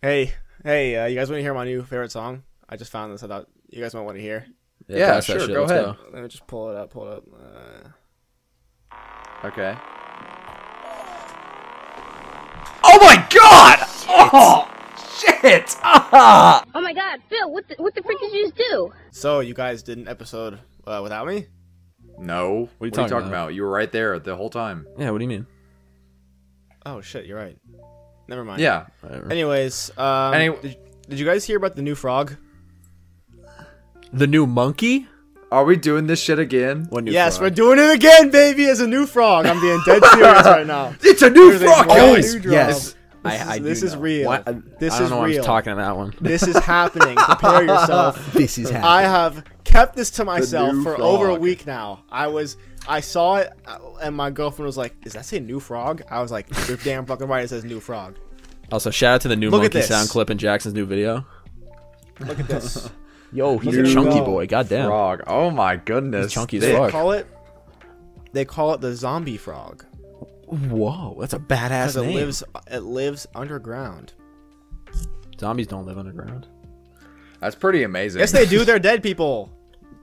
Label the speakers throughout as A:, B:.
A: Hey, hey, uh, you guys want to hear my new favorite song? I just found this. I thought you guys might want to hear.
B: Yeah,
C: pass that
B: sure,
C: shit,
B: go
C: let's
B: ahead.
A: Let me just pull it up. Pull it up. Uh,
B: Okay. Oh my god! Oh shit! Ah!
D: Oh my god, Phil, what the, what the frick did you just do?
A: so you guys did an episode uh, without me?
B: No. What are you talking, about? You were right there the whole time.
C: Yeah, what do you mean?
A: Oh shit, you're right. Never mind.
B: Yeah.
C: Whatever.
A: Anyways, um,
B: Any-
A: did, did you guys hear about the new frog?
C: The new monkey?
B: Are we doing this shit again?
C: What new
A: yes,
C: frog?
A: we're doing it again, baby. As a new frog, I'm being dead serious right now.
B: It's a new
A: There's a
B: frog,
A: whole
B: guys.
A: new drop.
C: yes.
A: This is-
C: I, I do
A: this is
C: know.
A: real.
C: Why- I,
A: This
C: I don't
A: is
C: know why I
A: real.
C: was talking on that one.
A: This is happening. Prepare yourself.
C: this is happening.
A: I have kept this to myself
B: new
A: for over a
B: frog.
A: week now. I was, I saw it, uh, and my girlfriend was like, "Does that say new frog?" I was like, "You're damn fucking right. It says new frog."
C: Also, shout out to the new
A: Look at
C: monkey
A: this.
C: sound clip in Jackson's new video.
A: Look at this.
C: Yo, he's
A: Look
C: a
A: at
C: chunky
A: him go.
C: boy. Goddamn.
B: Frog. Oh my goodness.
C: He's chunky as
B: They-
A: they
C: fuck.
A: call it. They call it the zombie frog
C: Whoa, that's a
A: because
C: badass
A: it
C: name.
A: lives. It lives underground.
C: Zombies don't live underground.
B: That's pretty amazing.
A: Yes, they do. They're dead people.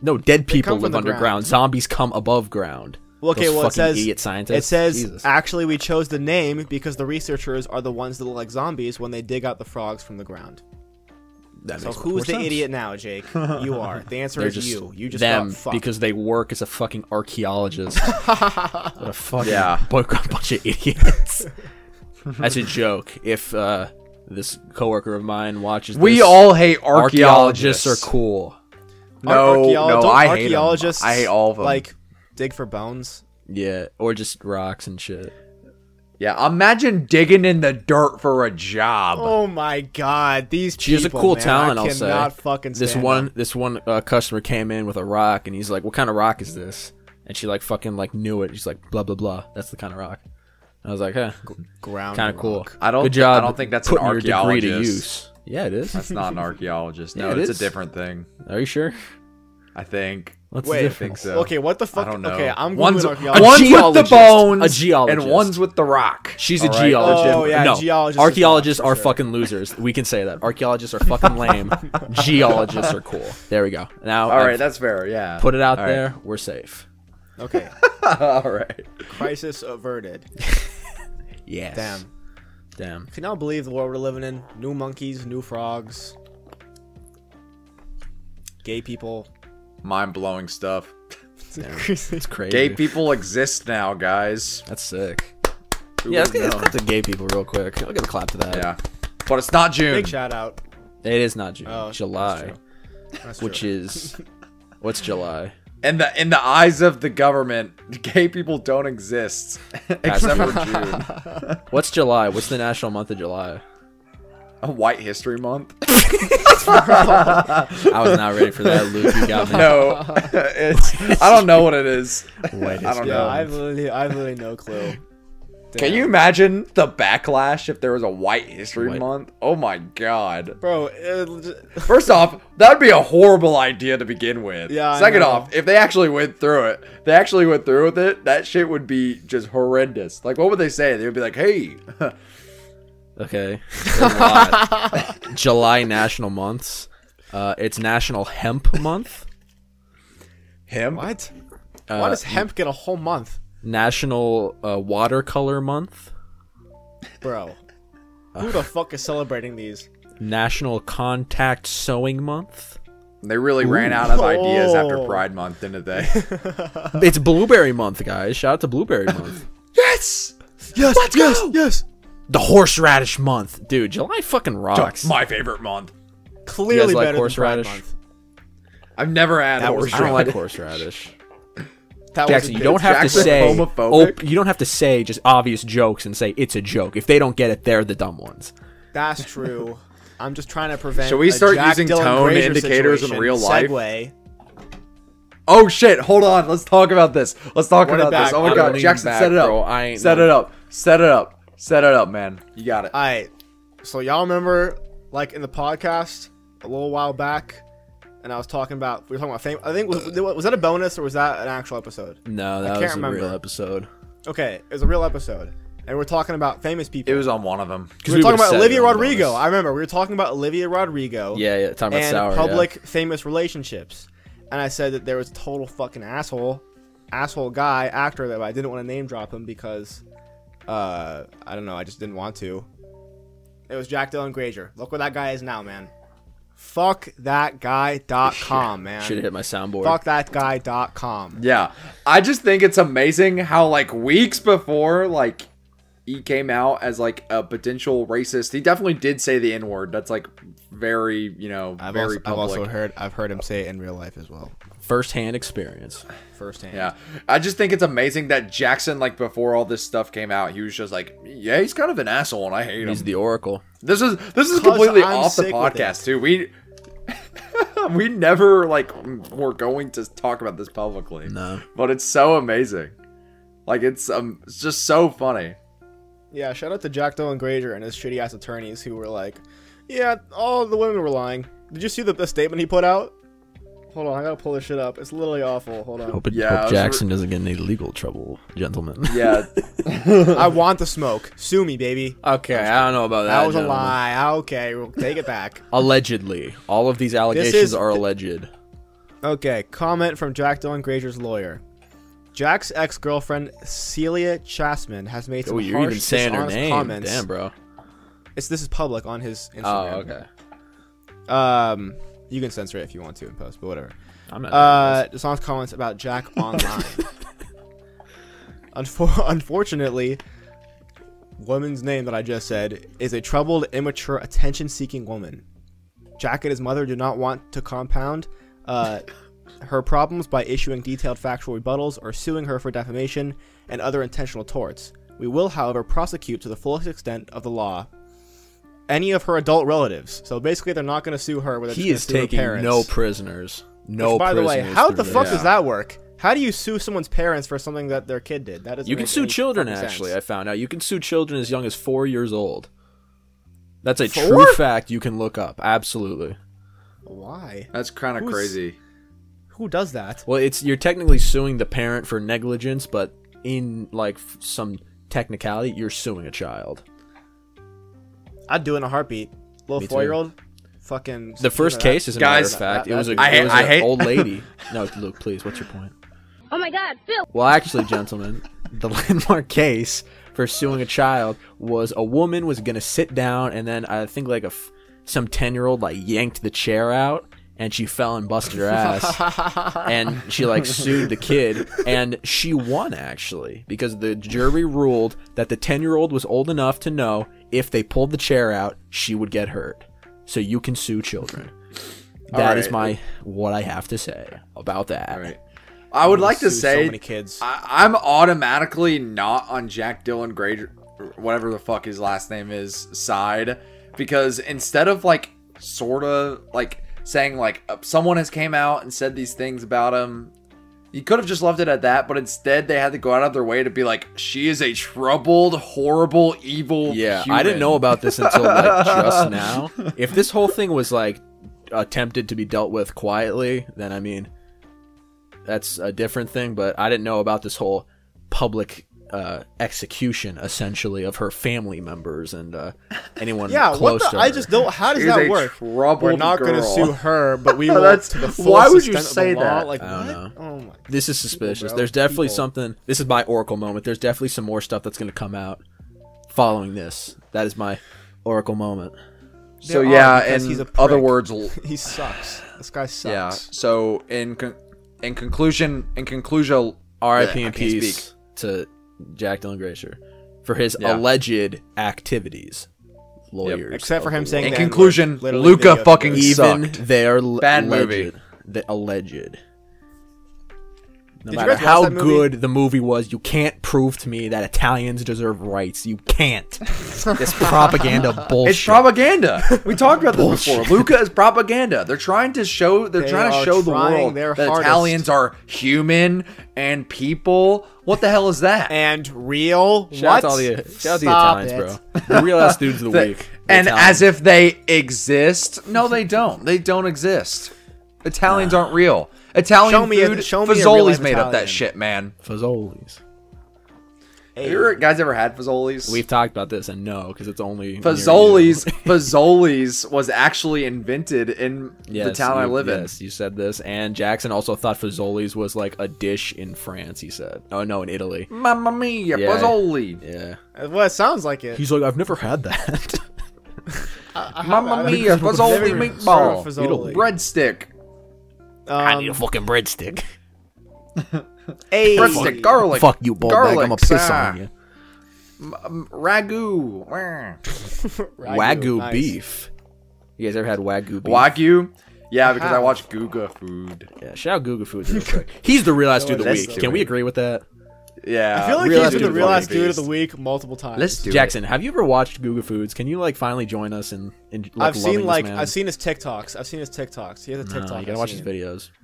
C: No, dead people
A: come from
C: live
A: the
C: underground.
A: ground.
C: Zombies come above ground.
A: Well, okay,
C: Those
A: well it
C: fucking
A: says
C: idiot scientists.
A: It says
C: Jesus.
A: actually we chose the name because the researchers are the ones that look like zombies when they dig out the frogs from the ground.
C: That
A: So
C: makes
A: who's
C: more
A: the
C: sense.
A: idiot now, Jake? You are. The answer
C: They're
A: is
C: just
A: you. You just
C: them
A: got fucked.
C: because they work as a fucking archaeologist. what a fucking
B: Yeah.
C: bu- bunch of idiots. That's a joke. If uh, this coworker of mine watches,
B: We
C: this,
B: all hate
C: archaeologists
B: archaeologists.
C: are cool.
B: No,
A: Archaeolo-
B: no,
A: don't
B: I hate 'em.
A: archaeologists.
B: I hate all of 'em.
A: Like dig for bones.
C: Yeah, or just rocks and shit.
B: Yeah, imagine digging in the dirt for a job.
A: Oh my god, these
C: She has a
A: people,
C: cool
A: man,
C: talent.
A: I
C: will say.
A: cannot fucking
C: this
A: stand
C: one,
A: them.
C: this one uh, customer came in with a rock, and he's like, "What kind of rock is this?" And she like fucking like knew it. She's like, "Blah blah blah." That's the kind of rock. I was like, "Huh,
A: ground
C: kind of cool."
A: rock.
B: I don't
C: Good
B: thi- I
C: job.
B: don't think that's an
C: putting your degree to
B: archaeologist.
C: use. Yeah, it is.
B: That's not an archaeologist. No,
C: Yeah, it
B: it's
C: is.
B: a different thing.
C: Are you sure?
B: I think.
C: What's
A: Wait,
C: the
B: I think
C: difference?
B: so.
A: Okay, what the fuck?
B: I don't know.
A: Okay, I'm Googling
B: one's, one's
A: archaeologist.
B: with the
C: Geologist.
B: bones,
C: A geologist.
B: and one's with the rock.
C: She's
B: All
C: a
B: right?
C: geologist.
A: Oh, yeah,
C: no,
A: geologists are
C: archaeologists
A: fucked, for
C: are
A: sure.
C: fucking losers. We can say that. Archaeologists are fucking lame. geologists are cool. There we go. Now,
B: All
C: I've
B: right, that's fair. Yeah.
C: put it out
B: All right.
C: there. We're safe.
A: Okay,
B: All right.
A: crisis averted.
C: Yes.
A: Damn.
C: Damn.
A: Can y'all believe the world we're living in? New monkeys, new frogs, gay people.
B: Mind blowing stuff.
C: It's crazy.
B: Gay people exist now, guys.
C: That's sick.
B: Who
C: Yeah, let's,
B: would
C: get, let's
B: know?
C: clap to gay people real quick. I'll give a clap to that.
B: Yeah. But it's not June.
A: Big shout out.
C: It is not June.
A: Oh,
C: July,
A: That's
C: which
A: true.
C: is what's July?
B: In the in the eyes of the government, gay people don't exist except for June.
C: What's July? What's the national month of July?
B: A White History Month.
C: I was not ready for that, Luke. You got me.
B: No, it's I don't know what it is. I don't
A: yeah,
B: know.
A: I've literally, I've literally no clue.
B: Can you imagine the backlash if there was a White History
C: White-
B: Month? Oh my god.
A: bro? uh, it'll ju-
B: First off, that'd be a horrible idea to begin with.
A: Yeah, I
B: Second
A: know.
B: off, if they actually went through it, they actually went through with it, that shit would be just horrendous. Like what would they say? They would be like, "Hey,
C: Okay. There's a lot. July national months. Uh, it's National Hemp Month.
B: him."
A: what?
C: Uh,
A: Why does hemp get a whole month,
C: National uh, Watercolor Month.
A: bro? Who the fuck is celebrating these?
C: National Contact Sewing Month.
B: They really ran out of ideas after
A: Oh.
B: Pride Month, didn't they?
C: It's Blueberry Month, guys. Shout out to Blueberry Month.
B: yes.
A: Yes,
B: Let's
A: yes,
B: go!
A: yes.
C: the Horseradish Month, dude. July fucking rocks.
B: My favorite month.
A: Clearly
C: like
A: better
C: horseradish?
A: than Pride month.
B: I've never had
A: That was-
C: I don't
B: horseradish.
C: like horseradish.
A: That was
C: Jackson,
A: a
C: you
A: bit-
C: don't have to
B: Jackson
C: say
B: homophobic?
C: op- you don't have to say just obvious jokes and say it's a joke. If they don't get it, they're the dumb ones.
A: That's true. I'm just trying to prevent.
B: Should we
A: a
B: start
A: Jack
B: using
A: Dylan
B: tone
A: Brazier
B: indicators in
A: situation.
B: real life?
A: Segue.
B: Oh shit, hold on. Let's talk about this. Let's talk
A: Run it
B: about this.
A: back.
B: Oh my
A: I'm
B: god,
C: leaning
B: Jackson,
C: back,
B: set it up.
C: bro. I ain't
B: set
C: no-
B: it up. Set it up. Set it up, man. You got it.
A: All right. So y'all remember, like in the podcast a little while back, and I was talking about we were talking about fame. I think was, was that a bonus or was that an actual episode?
C: No, that
A: can't
C: was a
A: remember.
C: real episode.
A: Okay, it was a real episode, and we're talking about famous people.
B: It was on one of them.
C: 'Cause
A: we were
C: we
A: talking
C: would've
A: about
C: said it
A: Olivia
C: on
A: Rodrigo.
C: bonus.
A: I remember we were talking about Olivia Rodrigo.
C: Yeah, yeah. Talking about
A: and
C: sour. yeah.
A: public famous relationships. And I said that there was a total fucking asshole, asshole guy actor that I didn't want to name drop him because, uh, I don't know, I just didn't want to. It was Jack Dylan Grazer. Look where that guy is now, man. Fuck that guy.com, man.
C: Should have hit my soundboard.
A: Fuck that guy.com.
B: Yeah. I just think it's amazing how like weeks before like he came out as like a potential racist. He definitely did say the N word. That's like very, you know,
A: I've
B: very
A: also, I've
B: public.
A: also heard I've heard him say it in real life as well,
C: First-hand experience.
A: firsthand.
B: yeah. I just think it's amazing that Jackson, like before all this stuff came out, he was just like, Yeah, he's kind of an asshole and I hate him.
C: He's the oracle.
B: This is this is
A: 'Cause
B: completely
A: I'm
B: off the
A: sick with
B: podcast too. We we never like were going to talk about this publicly.
C: No.
B: But it's so amazing. Like it's um it's just so funny.
A: Yeah, shout out to Jack Dylan Grazer and his shitty ass attorneys who were like, "Yeah, all the women were lying." Did you see the, the statement he put out? Hold on, I gotta pull this shit up. It's literally awful. Hold on.
C: Hope, it,
B: Yeah, I
C: hope
B: was
C: Jackson doesn't get any legal trouble, gentlemen.
B: Yeah.
A: I want the smoke. Sue me, baby.
C: Okay, I don't know about that.
A: That was a
C: gentlemen.
A: lie. Ah, Okay, we'll take it back.
C: Allegedly, all of these allegations
A: is-
C: are alleged.
A: Okay, comment from Jack Dylan Grazer's lawyer. Jack's ex-girlfriend Celia Chasman has made some
C: Oh, you're
A: harsh,
C: even saying her
A: dishonest
C: name.
A: comments.
C: Damn, bro.
A: It's this is public on his
C: Oh,
A: Instagram.
C: okay.
A: Um, you can censor it if you want to in post, but whatever.
C: I'm not.
A: Uh, Dishonest comments about Jack online. Unfor- unfortunately, woman's name that I just said is a troubled, immature, attention-seeking woman. Jack and his mother do not want to compound uh, her problems by issuing detailed factual rebuttals or suing her for defamation and other intentional torts. We will, however, prosecute to the fullest extent of the law any of her adult relatives. So basically, they're not going to sue her. Whether
C: he is taking
A: parents.
C: no prisoners. No.
A: Which, by the way,
C: prisoners
A: how
C: through
A: the
C: this.
A: fuck does that work? How do you sue someone's parents for something that their kid did? That is
C: You can sue children. Actually, I found out you can sue children as young as four years old. That's a
A: Four?
C: true fact you can look up. Absolutely.
A: Why?
B: That's kind of
A: Who's-
B: crazy.
A: Who does that?
C: Well, it's you're technically suing the parent for negligence, but in like f- some technicality, you're suing a child.
A: I'd do it in a heartbeat. Little
C: Me too.
A: four-year-old, fucking.
C: The first case is a
B: Guys,
C: matter of fact.
A: that-
C: It was a
A: that-
C: it was
B: I hate- I
C: an
B: hate-
C: old lady. No, Luke, please. What's your point?
D: Oh my God, Phil,
C: Well, actually, gentlemen, the landmark case for suing a child was a woman was gonna sit down, and then I think like a f- some ten year old like yanked the chair out, and she fell and busted her ass, and she like sued the kid, and she won actually because the jury ruled that the ten year old was old enough to know if they pulled the chair out, she would get hurt. So you can sue children. That is
B: right.
C: my what I have to say about that.
B: All right. I would like to
A: sue so
B: say
A: many kids.
B: I, I'm automatically not on Jack Dylan Grazer, whatever the fuck his last name is, side because instead of like sort of like saying like uh, someone has came out and said these things about him. You could have just left it at that, but instead they had to go out of their way to be like, "She is a troubled, horrible, evil."
C: Yeah, I didn't
B: human."
C: know about this until like just now. If this whole thing was like attempted to be dealt with quietly, then I mean, that's a different thing. But I didn't know about this whole public uh, execution, essentially, of her family members and uh, anyone
A: yeah,
C: close
A: what the?
C: to her.
A: I just don't. How does
B: She's
A: that
B: a
A: work?
B: troubled
A: We're not gonna
B: girl.
A: sue her, but we will.
B: That's-
A: to the full
B: why would you
A: extent of the
B: say
A: law.
B: that?
A: Like,
C: I don't
A: what? Oh my.
C: This is suspicious.
A: bro,
C: There's definitely
A: people.
C: something. This is my Oracle moment. There's definitely some more stuff that's going to come out following this. That is my Oracle moment.
B: So
A: They are,
B: yeah,
A: because
B: in
A: he's a
B: other
A: prick.
B: words, l-
A: He sucks. This guy
B: yeah.
A: sucks.
B: So in con- in conclusion, in conclusion,
C: R.I.P.
B: Blech, I
C: and
B: can't
C: peace to Jack Dylan Grazer for his
B: Yeah.
C: alleged activities. Lawyers,
A: Except for
C: of
A: him
C: the
A: saying.
B: In
A: the N-word.
B: conclusion,
A: Literally
B: Luca
A: video of
B: fucking
C: law.
A: it.
C: even
B: sucked.
C: their l-
B: Bad
C: alleged,
B: movie.
C: the alleged. No
A: you
C: matter
A: guys watch
C: how
A: that movie?
C: good the movie was, you can't prove to me that Italians deserve rights. You can't. this propaganda bullshit.
B: It's propaganda. We talked about this before.
C: Bullshit.
B: Luca is propaganda. They're trying to show. They're
A: They
B: trying
A: are
B: to show the
A: trying
B: world
A: their
B: that
A: hardest.
B: Italians are human and people. What the hell is that?
A: and real.
C: Shout out
A: what?
C: to all the, shout out to the
A: Stop
C: Italians,
A: it.
C: bro. The real ass dudes of the
B: They-
C: week. The
B: and
C: Italians.
B: as if they exist. No, they don't. They don't exist. Italians aren't real. Italian
A: Show me a-
B: food.
A: show me a
B: Fazoli's
A: real-life
B: made up that
A: Italian.
B: shit, man.
C: Fazoli's.
B: Have you ever, guys ever had Fazoli's?
C: We've talked about this, and no, because it's only near
B: Fazoli's
C: you.
B: Fazoli's was actually invented in the
C: Yes,
B: town I
C: you-
B: live in.
C: Yes, you said this, and Jackson also thought Fazoli's was like a dish in France. He said, "Oh no, in Italy."
B: Mamma mia,
C: Yeah.
B: Fazoli.
C: Yeah,
A: Well, it sounds like it.
C: he's like, "I've never had that."
B: Mamma
A: I-
B: mia, Fazoli
A: Never
B: meatball.
A: served Fazoli.
B: Breadstick.
A: Um,
C: fucking breadstick.
A: hey.
B: Breadstick, garlic.
C: Fuck you, bald bag.
B: garlic,
C: I'm a piss
B: ah, um,
C: on you.
B: Ragu. Wah.
A: Wagyu,
C: Wagyu
A: nice.
C: beef. You guys ever had wagyu beef?
B: Wagyu? Yeah, because I
A: have.
B: watch Guga food.
C: Yeah, shout out Google Foods real quick. He's the real ass dude of the
B: Let's
C: week.
B: do
C: Can we
B: it.
C: agree with that?
B: Yeah.
A: I feel like
C: Uh, Real
A: he's
C: ass
A: been the
C: dude
A: real
B: fucking
A: ass dude of the
B: beast.
A: week multiple times.
B: Let's do
C: Jackson, have you ever watched Google Foods? Can you like finally join us in? in like,
A: I've
C: loving
A: seen
C: this
A: like
C: man?
A: I've seen his TikToks. I've seen his TikToks. He has a
C: No,
A: TikTok.
C: you gotta
A: I've
C: watch
A: seen.
C: his videos.
B: it.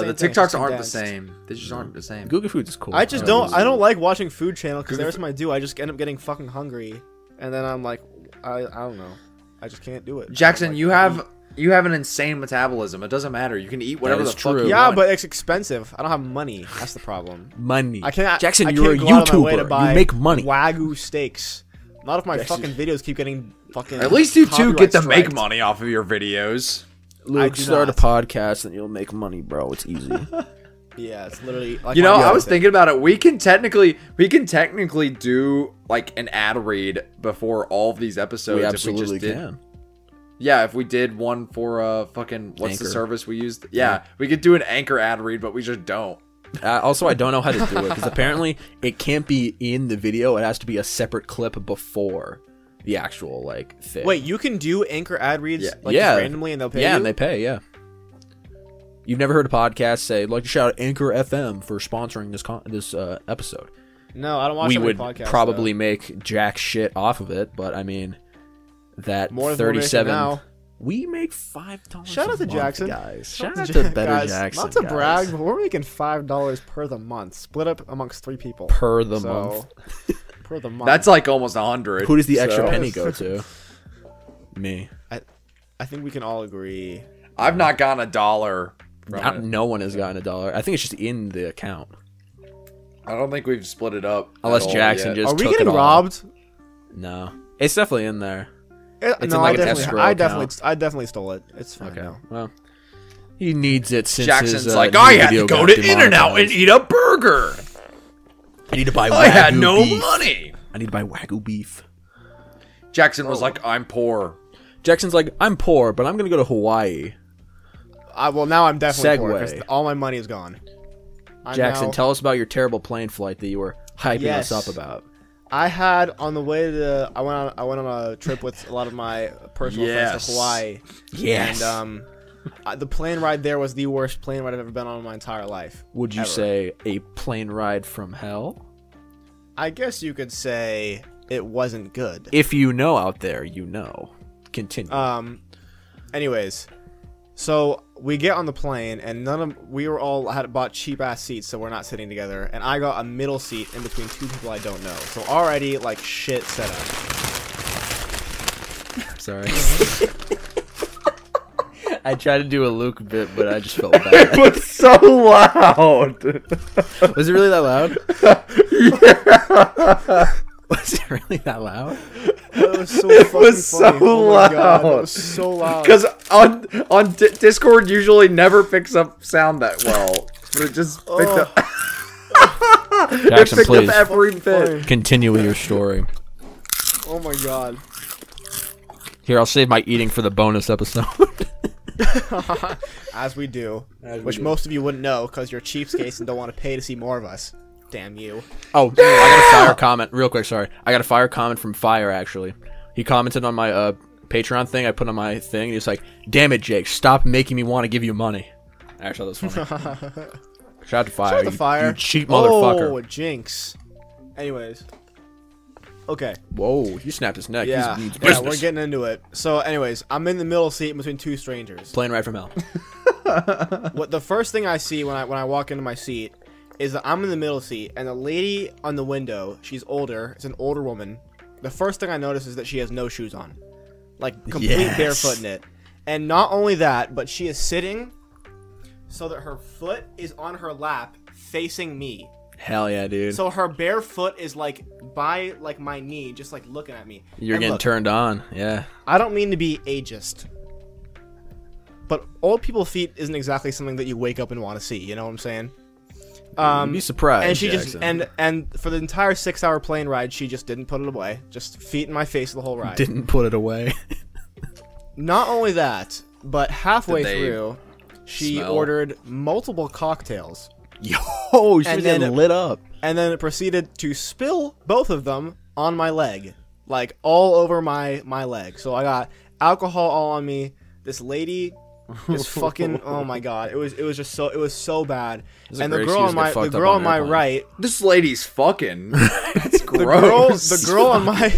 A: same
B: the
A: thing, it's just
B: TikToks aren't the
A: condensed.
B: same. They just aren't the same.
C: Google Foods is cool.
A: I just don't. I don't like watching Food Channel because
B: Google
A: every time I do, I just end up getting fucking hungry, and then I'm like, I, I don't know. I just can't do it.
B: Jackson,
A: Like,
B: you have you have an insane metabolism. It doesn't matter. You can eat whatever
C: is
B: the fuck
C: true.
B: you
A: Yeah,
B: want.
A: but it's expensive. I don't have money. That's the problem.
C: money.
A: I can't.
C: Jackson,
A: I can't
C: you're a
A: go out of my way to
C: YouTuber.
A: buy
C: You make money.
A: Wagyu steaks. Not if my fucking videos keep getting fucking.
B: at least you two
A: copyright
B: get to make
A: striked.
B: money off of your videos.
A: Luke, do start a
C: podcast and you'll make money, bro. It's easy.
A: Yeah, it's literally. Like
B: You know,
A: my
B: I was
A: mindset.
B: thinking about it. We can technically we can technically do like an ad read before all of these episodes.
C: we
B: if
C: absolutely
B: just did-
C: can.
B: Yeah, if we did one for uh fucking what's the
C: Anchor.
B: service we used? Yeah, we could do an anchor ad read, but we just don't.
C: Uh, also, I don't know how to do it because apparently it can't be in the video. It has to be a separate clip before the actual like thing.
A: Wait, you can do anchor ad reads
B: Yeah.
A: like
C: Yeah.
A: just randomly, and they'll pay
C: yeah,
A: you?
C: and they pay. Yeah. You've never heard a podcast say like to shout out Anchor FM for sponsoring this con- this uh, episode.
A: no, I don't watch.
C: we
A: that many
C: would
A: podcasts,
C: probably
A: though.
C: make jack shit off of it, but I mean that
A: More than we're making
C: 37
A: now.
C: we make 5 dollars.
A: Shout
C: a
A: out to
C: month,
A: Jackson.
C: guys. Shout out
A: Guys,
C: to better Jackson.
A: Not to
C: guys.
A: brag, but we're making five dollars per the month, split up amongst three people
C: per the month.
A: So, per the month.
B: That's like almost a hundred.
C: Who does the extra
B: so-
C: penny go to? Me.
A: I think we can all agree.
B: I've not gotten a dollar. From
C: Not-
B: it.
C: no one has gotten a dollar. I think it's just in the account.
B: I don't think we've split it up. at
C: Unless
B: all
C: Jackson
B: yet.
C: just
A: Are we
C: took
A: getting
C: it all.
A: robbed?
C: No. It's definitely in there.
A: It-
C: It's
A: no,
C: in, like,
A: I
C: an
A: definitely,
C: escrow
A: I
C: account.
A: definitely, I definitely stole it. It's fine.
C: Okay.
A: now.
C: Well, he needs it since
B: Jackson's
C: his, uh,
B: like,
C: new
B: I had
C: video
B: to go
C: got
B: to In and Out and
C: demonetized.
B: eat a burger.
C: I need to buy
B: I had
C: Wagyu
B: no
C: beef.
B: money.
C: I need to buy wagyu beef.
B: Jackson
A: Oh.
B: was like, I'm poor.
C: Jackson's like, I'm poor, but I'm gonna go to Hawaii.
A: I, well, now I'm definitely poor 'cause
C: Segue.
A: all my money is gone. I'm
C: Jackson,
A: now-
C: tell us about your terrible plane flight that you were hyping
A: Yes.
C: us up about.
A: I had on the way to I went on I went on a trip with a lot of my personal friends
B: Yes.
A: to Hawaii.
C: Yes.
A: And um, I, the plane ride there was the worst plane ride I've ever been on in my entire life.
C: Would you
A: ever.
C: say a plane ride from hell?
A: I guess you could say it wasn't good.
C: If you know out there, you know. Continue.
A: Um, anyways, so we get on the plane and none of we were all had bought cheap ass seats, so we're not sitting together. And I got a middle seat in between two people I don't know. So already like shit set up.
C: Sorry. I tried to do a Luke bit, but I just felt bad.
B: was so loud.
C: Was it really that loud? Was it really that loud?
A: It was so fucking
B: was
A: funny.
B: so
A: Oh my God,
B: loud.
A: it was so loud.
B: Because on on D- Discord usually never picks up sound that well. It just picked
A: Oh.
B: up. It
C: Jackson,
B: picked
C: please
B: up every bit.
A: Funny.
C: continue with your story.
A: Oh my god.
C: Here, I'll save my eating for the bonus episode.
A: As we do, which most of you wouldn't know because you're cheapskates and don't want to pay to see more of us. Damn you.
C: Oh, I got a fire comment real quick. Sorry, I got a fire comment from Fire actually. He commented on my uh, Patreon thing I put on my thing, and he's like, "Damn it, Jake, stop making me want to give you money." Actually, that was funny. Shout out to Fire.
A: Shut the
C: you-
A: fire.
C: You, cheap motherfucker.
A: Oh, jinx. Anyways. Okay.
C: Whoa, you snapped his neck.
A: Yeah.
C: He's, he's
A: yeah, we're
C: business.
A: getting into it. So, anyways, I'm in the middle seat in between two strangers.
C: Playing right from hell.
A: What the first thing I see when I when I walk into my seat is that I'm in the middle seat, and the lady on the window, she's older. It's an older woman. The first thing I notice is that she has no shoes on, like complete
C: Yes.
A: barefoot in it. And not only that, but she is sitting so that her foot is on her lap, facing me.
C: Hell yeah, dude.
A: So her bare foot is like by like my knee, just like looking at me.
C: You're
A: And
C: getting
A: look,
C: turned on. Yeah.
A: I don't mean to be ageist, but old people feet isn't exactly something that you wake up and want to see. You know what I'm saying?
C: You'd
A: Um,
C: be surprised.
A: and she just
C: Jackson.
A: and and for the entire six hour plane ride, she just didn't put it away. Just feet in my face the whole ride.
C: didn't put it away.
A: Not only that, but halfway
B: they
A: through, she
B: smell?
A: ordered multiple cocktails
C: Yo, she
A: And
C: was getting
A: then-
C: lit up.
A: and then it proceeded to spill both of them on my leg, like all over my my leg. So I got alcohol all on me. This lady just fucking oh my god, it was it was just so it was so bad.
C: a
A: and the
C: great
A: girl on
C: excuse to get
A: my the
C: fucked up
A: girl
C: on
A: on my
C: airplane.
A: right,
B: This lady's fucking. That's
A: the girl
B: gross.
A: the girl on my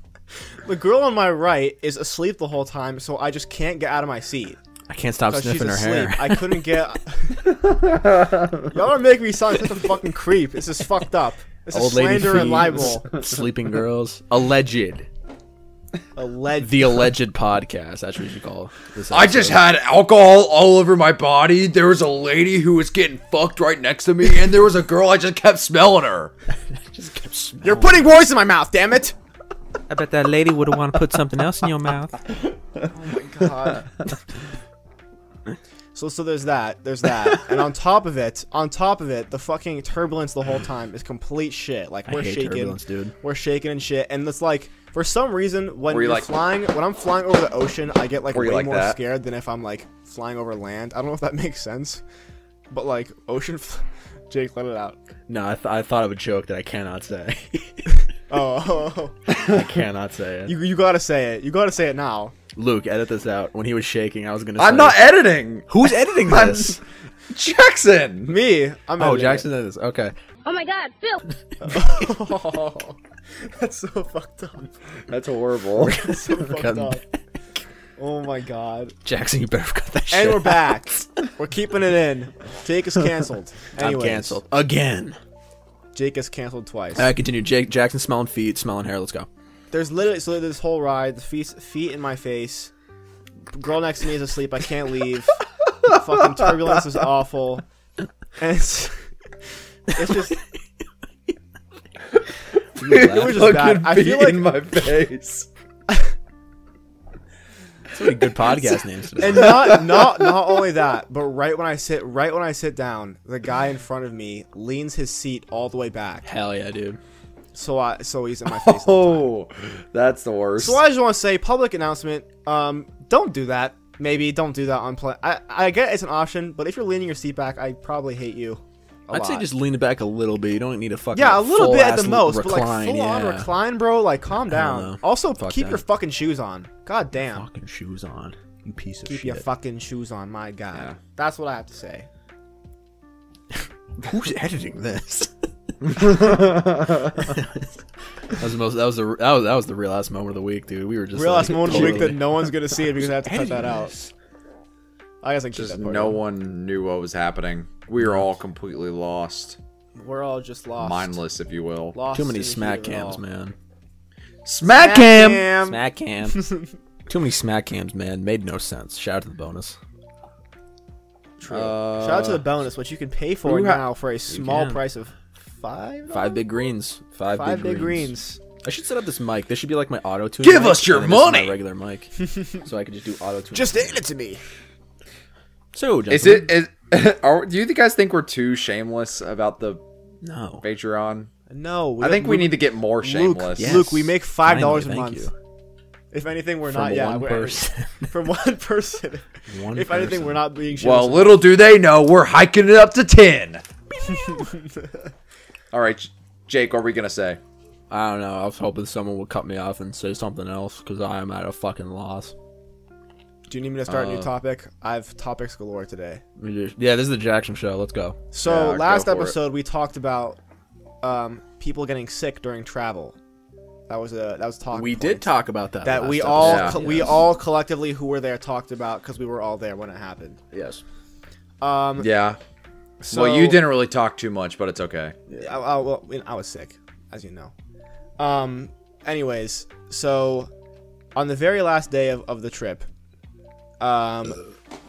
A: the girl on my right is asleep the whole time, so I just can't get out of my seat.
C: I can't stop
A: So
C: sniffing her
A: she's
C: hair.
A: asleep. I couldn't get. Y'all are making me sound like such a fucking creep. This is fucked up. This is
C: Old lady
A: slander and
C: thieves,
A: libel.
C: sleeping girls, alleged.
A: Alleged.
C: The alleged podcast. That's what you should call this.
B: I just
C: episode.
B: had alcohol all over my body. There was a lady who was getting fucked right next to me, and there was a girl I just kept smelling her.
C: Just kept smelling.
A: You're putting words in my mouth, damn it!
E: I bet that lady would want to put something else in your mouth.
A: Oh So, so there's that. There's that. and on top of it, on top of it, the fucking turbulence the whole time is complete shit. Like we're
C: hate
A: shaking,
C: turbulence, dude.
A: we're shaking and shit. And it's like for some reason when
B: Were you
A: you're
B: like-
A: flying, when I'm flying over the ocean, I get like
B: Were
A: way
B: you like
A: more
B: that?
A: scared than if I'm like flying over land. I don't know if that makes sense, but like ocean. Fl- Jake, let it out.
C: No, I, th- I thought of a joke that I cannot say.
A: Oh,
C: I cannot say it.
A: you you gotta say it. You gotta say it now.
C: Luke, edit this out. When he was shaking, I was gonna.
B: I'm
C: say,
B: not editing.
C: Who's editing
B: I'm-
C: this?
B: Jackson.
A: Me, I'm.
C: Oh,
A: editing it.
C: Jackson did this. Okay.
D: Oh my god, Phil!
A: That's so fucked up.
B: That's horrible.
A: That's so fucked
C: cutting
A: up. Oh my god.
C: Jackson, you better cut that shit.
A: And we're
C: out.
A: back. We're keeping it in. Jake is canceled.
C: I'm
A: Anyways,
C: canceled again.
A: Jake is canceled twice.
C: I continue. Jake Jackson smelling feet, smelling hair. Let's go.
A: There's literally so this whole ride, the feet feet in my face. Girl next to me is asleep. I can't leave. Fucking turbulence is awful. And it's, it's just
B: it
A: was just bad. I feel
B: in my face.
C: So many good podcast names.
A: and not not not only that, but right when I sit right when I sit down, the guy in front of me leans his seat all the way back.
C: Hell yeah, dude.
A: So I so he's in my face.
B: Oh, that's the worst.
A: So I just want to say, public announcement. Um, don't do that. Maybe don't do that on plane. I I get it's an option, but if you're leaning your seat back, I probably hate you. i
C: I'd say just lean it back a little bit. You don't need a fucking
A: yeah, a little bit at the
C: full-ass
A: most,
C: recline.
A: but like full
C: yeah.
A: on recline, bro. Like calm
C: know.
A: down. Also,
C: Fuck
A: keep
C: that.
A: your fucking shoes on. God damn,
C: Fucking shoes on, you piece of
A: keep
C: shit.
A: your fucking shoes on. My God,
B: Yeah.
A: that's what I have to say.
C: Who's editing this? that was the most. That was the that was, that was the real ass moment of the week, dude. We were just
A: Real
C: like,
A: last moment of the week that
C: totally-
A: no one's gonna see it because I have to cut
C: Editing
A: that out.
C: this.
A: I guess I can keep
B: just
A: that part
B: no
A: in.
B: one knew what was happening. We were all completely lost,
A: We're all just lost.
B: mindless, if you will.
A: Lost
C: Too many
A: in the
C: smack
A: heat of it
C: cams,
A: all.
C: man.
A: Smack
B: Smack him.
A: cam.
C: Smack cam. Too many smack cams, man. Made no sense. Shout out to the bonus.
B: Uh,
A: Shout out to the bonus, which you can pay for
B: who ha-
A: now for a small
C: can.
A: price of five.
C: Five big greens. Five,
A: Five big greens.
C: I should set up this mic. This should be like my auto tune.
B: Give us your money!
C: My regular mic, so I can just do auto tune.
A: Just hand it to me.
C: so. Justin,
B: Is it? Is, are, do you guys think we're too shameless about the
C: No.
B: Patreon?
A: No,
B: I think we need to get more
A: Luke.
B: shameless.
C: Yes.
A: Luke, we make five dollars a
C: Finally,
A: month.
C: thank
A: If anything, we're
C: From
A: not. Yeah,
C: one
A: we're,
C: person.
A: from one person.
C: One
A: if anything, we're
C: person.
A: not being. shameless.
B: Well, little do they know, we're hiking it up to ten. All right, J- Jake, what are we gonna say?
C: I don't know. I was hoping someone would cut me off and say something else because I am at a fucking loss.
A: do you need me to start a
C: uh,
A: new topic? I have topics galore today.
C: We just- Yeah, this is the Jackson show. Let's go.
A: So
B: Yeah,
A: last
B: go for it.
A: episode we talked about um, people getting sick during travel. That was a that was talk.
C: We
A: point.
C: did talk about that.
A: that
C: last
A: we all
C: episode.
A: co- we all collectively who were there talked about because we were all there when it happened.
C: yes.
A: Um,
B: Yeah.
A: so
B: well, you didn't really talk too much, but it's okay.
A: I, I, well, I mean, I was sick, as you know. Um. Anyways, so on the very last day of, of the trip, um,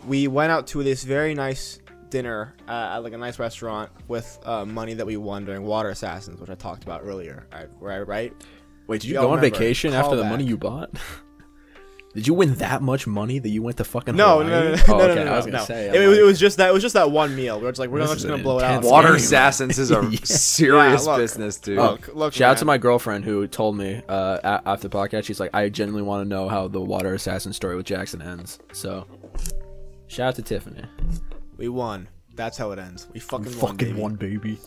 A: we went out to this very nice dinner uh, at like a nice restaurant with uh, money that we won during Water Assassins, which I talked about earlier. I, right, right?
C: Wait, did
A: you
C: you
A: all
C: go on
A: remember,
C: vacation after the
A: callback.
C: money you bought? did you win that much money that you went to fucking
A: No, no,
C: Hawaii?
A: no, no,
C: Oh,
A: no,
C: okay,
A: no,
C: I
A: no,
C: was gonna
A: no.
C: say.
A: It,
C: I'm
A: was,
C: like-
A: it was just that. It was just that one meal. where it's like, we're
C: This
A: just
C: is
A: gonna
C: an
A: blow it out.
C: intense
B: Water
C: Anyway.
B: assassins is a serious
A: Yeah, look.
B: business, dude.
A: Look, look,
C: Shout out to
A: man.
C: my girlfriend who told me uh, a- after the podcast, she's like, I genuinely want to know how the water assassin story with Jackson ends. So, shout out to Tiffany.
A: We won. That's how it ends. We fucking won. baby.
C: baby.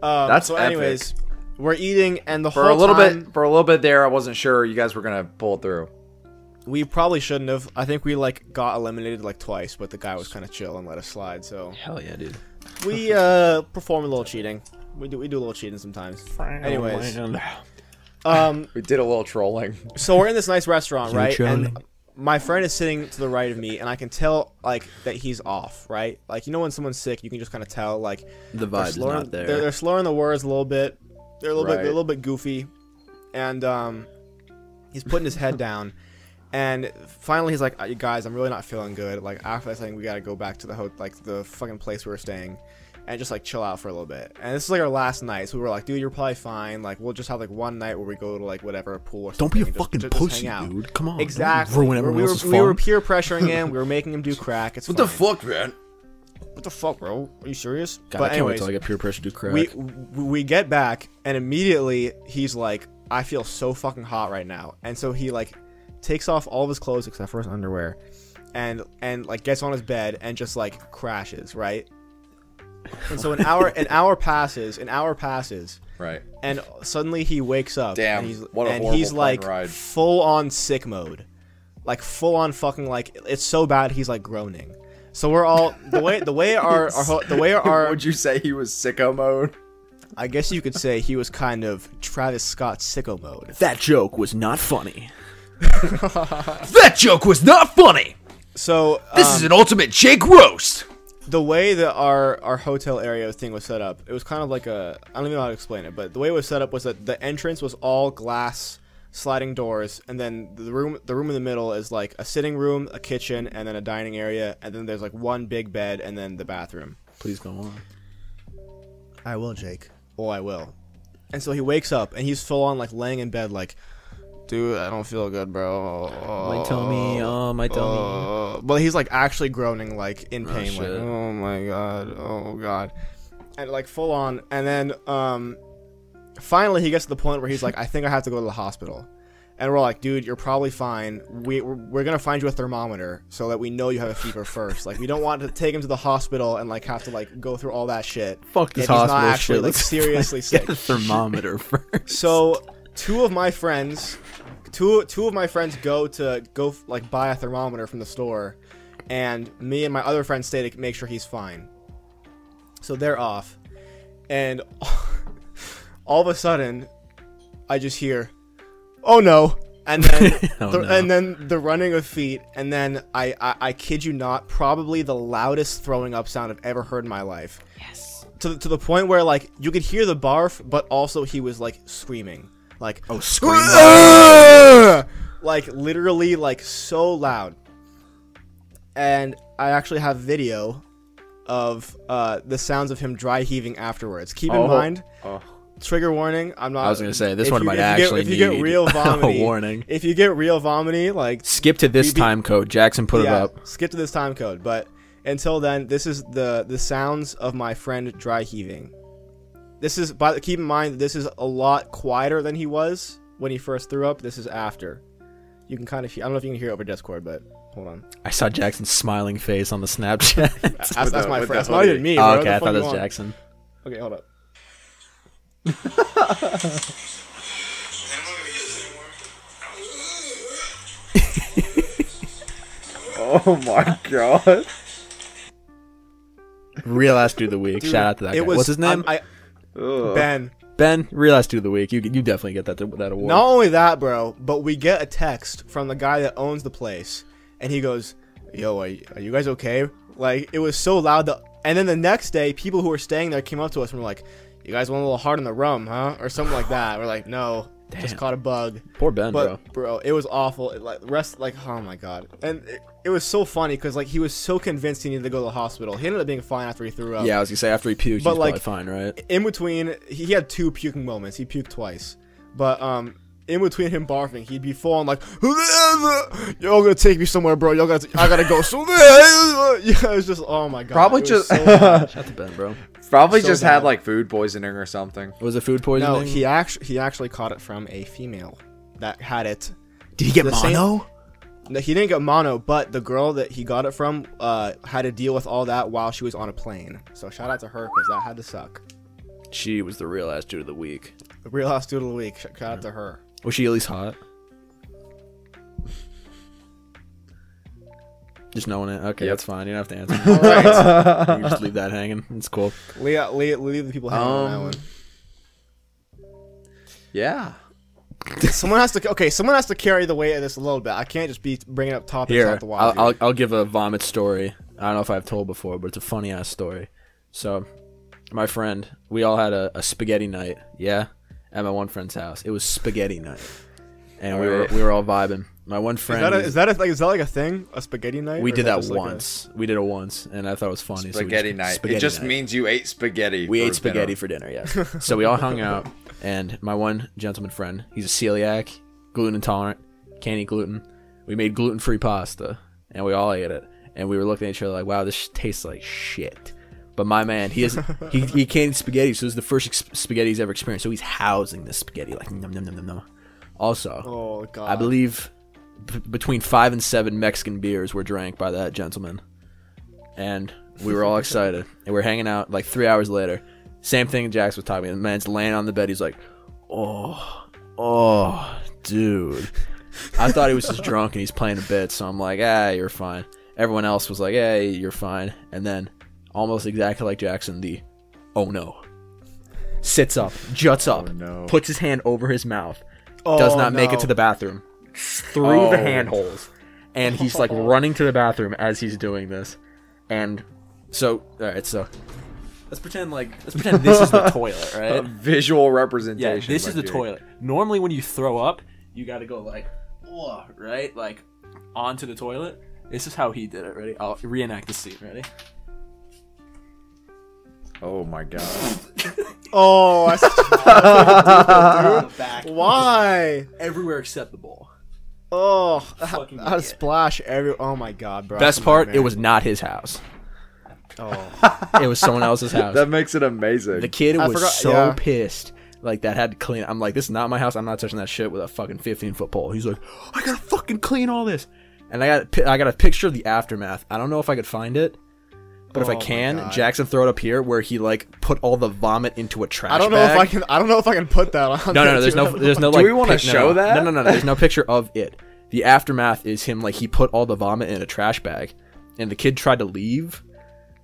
A: Um,
B: That's
A: so.
B: epic.
A: Anyways, we're eating, and the
B: for a
A: whole
B: little
A: time,
B: bit, for a little bit there, I wasn't sure you guys were gonna pull through.
A: we probably shouldn't have. I think we like got eliminated like twice, but the guy was kind of chill and let us slide. So
C: Hell yeah, dude.
A: we uh perform a little cheating. We do we do a little cheating sometimes. Anyways,
C: Oh,
A: um,
B: We did a little trolling.
A: so we're in this nice restaurant,
C: You're
A: right? And
C: trolling.
A: my friend is sitting to the right of me, and I can tell like that he's off, right? Like you know when someone's sick, you can just kind of tell like
C: The
A: they're
C: vibe's
A: slurring,
C: not there.
A: They're, they're slurring the words a little bit. They're a little bit,
B: Right.
A: they're a little bit goofy, and um, he's putting his head down. And finally, he's like, "Uh, "You guys, I'm really not feeling good. Like after this thing, we gotta go back to the ho- like the fucking place we were staying, and just like chill out for a little bit." And this is like our last night, so we were like, "Dude, you're probably fine. Like we'll just have like one night where we go to like whatever a pool or
C: Don't
A: something."
C: be a
A: and just-
C: fucking
A: just- just
C: pussy,
A: hang out."
C: dude. Come on.
A: Exactly.
C: Don't ruin
A: We
C: everyone
A: were,
C: else's
A: we were
C: fun.
A: peer pressuring him. We were making him do crack. It's
B: What the
A: fine.
B: fuck, man?
A: What the fuck, bro? Are you serious?
C: God, I can't wait till I get peer pressure to do crack.
A: we we get back and immediately he's like i feel so fucking hot right now and so he like takes off all of his clothes except for his underwear and and like gets on his bed and just like crashes right and so an hour an hour passes an hour passes
B: Right.
A: and suddenly he wakes up
B: Damn,
A: and he's,
B: what a
A: and
B: horrible
A: he's
B: plane
A: like
B: ride.
A: full on sick mode like full on fucking like it's so bad he's like groaning so we're all the way the way our, our ho- the way our
B: Would you say he was sicko mode?
A: I guess you could say he was kind of Travis Scott sicko mode.
C: that joke was not funny. that joke was not funny.
A: So um,
C: an ultimate Jake roast.
A: the way that our our hotel area thing was set up, it was kind of like a I don't even know how to explain it, but the way it was set up was that the entrance was all glass sliding doors, and then the room the room in the middle is like a sitting room, a kitchen, and then a dining area, and then there's like one big bed, and then the bathroom.
C: Please go on.
A: I will, Jake. Oh, I will. And so he wakes up and he's full on like laying in bed, like, dude, I don't feel good, bro.
E: My tummy, oh
C: um,
E: my tummy.
A: Uh, but he's like actually groaning, like in pain, like
C: shit.
A: oh my god, oh god, and like full on. And then um, finally he gets to the point where he's like, I think I have to go to the hospital. And we're like, dude, you're probably fine. We we're, we're gonna find you a thermometer so that we know you have a fever first. Like we don't want to take him to the hospital and like have to like go through all that shit.
C: Fuck this
A: if he's
C: hospital
A: not actually
C: shit.
A: like
C: Let's
A: seriously sick.
C: Get a thermometer first.
A: So, two of my friends, two two of my friends go to go like buy a thermometer from the store, and me and my other friend stay to make sure he's fine. So they're off, and all of a sudden, I just hear, "Oh no!" and then
C: Oh,
A: the,
C: no.
A: and then the running of feet, and then I, I I kid you not, probably the loudest throwing up sound I've ever heard in my life to the, to the point where like you could hear the barf, but also he was like screaming, like oh scream, like literally like so loud. And I actually have video of uh, the sounds of him dry heaving afterwards. Keep in
B: Oh.
A: mind,
B: Oh.
A: trigger warning. I'm not.
C: I was gonna say, this
A: if
C: one
A: you-
C: might
A: if you
C: actually
A: get, if you
C: need
A: get real
C: a
A: vomity,
C: warning.
A: If you get real vomity, like
C: Skip to this time code. Jackson put it up.
A: Skip to this time code, but until then, this is the the sounds of my friend dry heaving. This is by keep in mind this is a lot quieter than he was when he first threw up. This is after. You can kind of hear, I don't know if you can hear it over Discord, but hold on.
C: I saw Jackson's smiling face on the Snapchat.
A: That's, that's
B: the-
A: my
B: with
A: friend.
B: the
A: That's not even
B: hoodie.
A: me.
C: oh,
A: bro.
C: okay,
A: The
C: I
A: fuck
C: thought that
A: you
C: was
A: want?
C: Jackson.
A: Okay, hold up.
B: Oh my god.
C: Real ass dude of the week.
A: Dude,
C: Shout out to that
A: it
C: guy.
A: was
C: What's his name?
A: I, I,
B: Ugh.
A: ben.
C: ben. Real ass dude of the week. You you definitely get that that award.
A: Not only that, bro, but we get a text from the guy that owns the place, and he goes, "Yo, are, y- are you guys okay?" Like it was so loud. That, and then the next day, people who were staying there came up to us and were like, "You guys went a little hard on the rum, huh?" Or something like that. We're like, "No." Just caught a bug.
C: Poor Ben, bro.
A: But bro, it was awful. It, like rest, like oh my god, and it, it was so funny because like he was so convinced he needed to go to the hospital. He ended up being fine after he threw up.
C: Yeah, I was gonna say after he puked, he's
A: But, like-
C: probably fine, right?
A: In between, he he had two puking moments. He puked twice, but um, in between him barfing, he'd be full on like, "Y'all gonna take me somewhere, bro? Y'all gotta, I gotta go." somewhere." yeah, it was just oh my god.
B: Probably
A: It was
B: just
A: so bad.
C: Shout out to Ben, bro.
B: probably
A: so
B: just
A: bad.
B: had like food poisoning or something.
C: Was it food
A: no.
C: poisoning?
A: He actually he actually caught it from a female that had it.
C: Did he get
A: the same-
C: mono?
A: No, he didn't get mono, but the girl that he got it from uh, had to deal with all that while she was on a plane. So shout out to her because that had to suck.
C: She was the real ass dude of the week.
A: The Real House Dude of the Week. sh- Shout out to her.
C: Was she at least hot? Just knowing it. Okay, that's fine. You don't have to answer.
A: All right,
C: you just leave that hanging. It's cool.
A: Leah, Leah, leave the people hanging on that
B: Um,
A: one.
B: Yeah.
A: Someone has to. Okay, someone has to carry the weight of this a little bit. I can't just be bringing up topics
C: Here,
A: out the
C: I'll,
A: wazoo.
C: I'll, I'll give a vomit story. I don't know if I've told before, but it's a funny ass story. So, my friend, we all had a, a spaghetti night. Yeah, at my one friend's house. It was spaghetti night, and we were we were all vibing. My one
A: is
C: friend.
A: that a, is that a, like is that like a thing? A spaghetti night?
C: we
A: Or
C: did
A: is
C: that
A: just like a-
C: once. we did it once, and I thought it was funny. so we
B: Spaghetti
C: just-
B: night.
C: spaghetti
B: it just
C: night.
B: means you ate spaghetti.
C: We
B: for
C: ate spaghetti
B: dinner.
C: for dinner, yes. so we all hung out, and my one gentleman friend, he's a celiac, gluten intolerant, can't eat gluten. We made gluten free pasta, and we all ate it. And we were looking at each other like, wow, this tastes like shit. But my man, he is he, he can't eat spaghetti, so this is the first ex- spaghetti he's ever experienced. So he's housing this spaghetti, like, num, num, num, num, num. Also,
A: Oh god.
C: I believe b- between five and seven Mexican beers were drank by that gentleman, and we were all excited. and we are hanging out like three hours later. Same thing Jax was talking. about. The man's laying on the bed. He's like, "Oh, oh, dude." I thought he was just drunk and he's playing a bit, so I'm like, "Ah, you're fine." Everyone else was like, "Hey, you're fine." And then, almost exactly like Jackson, the "Oh no." Sits up, juts up,
B: no.
C: puts his hand over his mouth,
A: Oh,
C: does not make it to
A: no.
C: the bathroom through the handholds and he's like running to the bathroom as he's doing this and so all right so let's pretend like let's pretend this is the toilet
B: A
C: right
B: visual representation.
C: yeah this
B: my
C: is the
B: dude.
C: toilet normally when you throw up you gotta go like "Whoa," right like onto the toilet this is how he did it ready i'll reenact the scene ready
B: Oh my god.
A: Oh, I
C: back
A: why?
C: everywhere except the bowl
A: Oh,
C: Fucking
A: I, I
C: idiot.
A: splash every. Oh my god, bro.
C: best
A: Come on,
C: part it
A: man.
C: was not his house
A: Oh.
C: it was someone else's house
B: that makes it amazing.
C: The kid
A: I
C: was
A: forgot-
C: so
A: yeah.
C: pissed. Like that had to clean. I'm like, this is not my house. I'm not touching that shit with a fucking 15 foot pole. He's like, I gotta fucking clean all this. And I got pi- I got a picture of the aftermath. I don't know if I could find it, but if
A: Oh
C: I
A: my
C: can,
A: God.
C: Jackson throw it up here where he like put all the vomit into a trash.
A: I don't know if I can. I don't know if I can put that on.
C: No,
A: there,
C: no, no. There's
A: too.
C: no. There's no.
B: Do
C: like,
B: we wanna
C: pic- no,
B: show
C: no.
B: that?
C: No, no, no, no. There's no picture of it. The aftermath is him like he put all the vomit in a trash bag, and the kid tried to leave,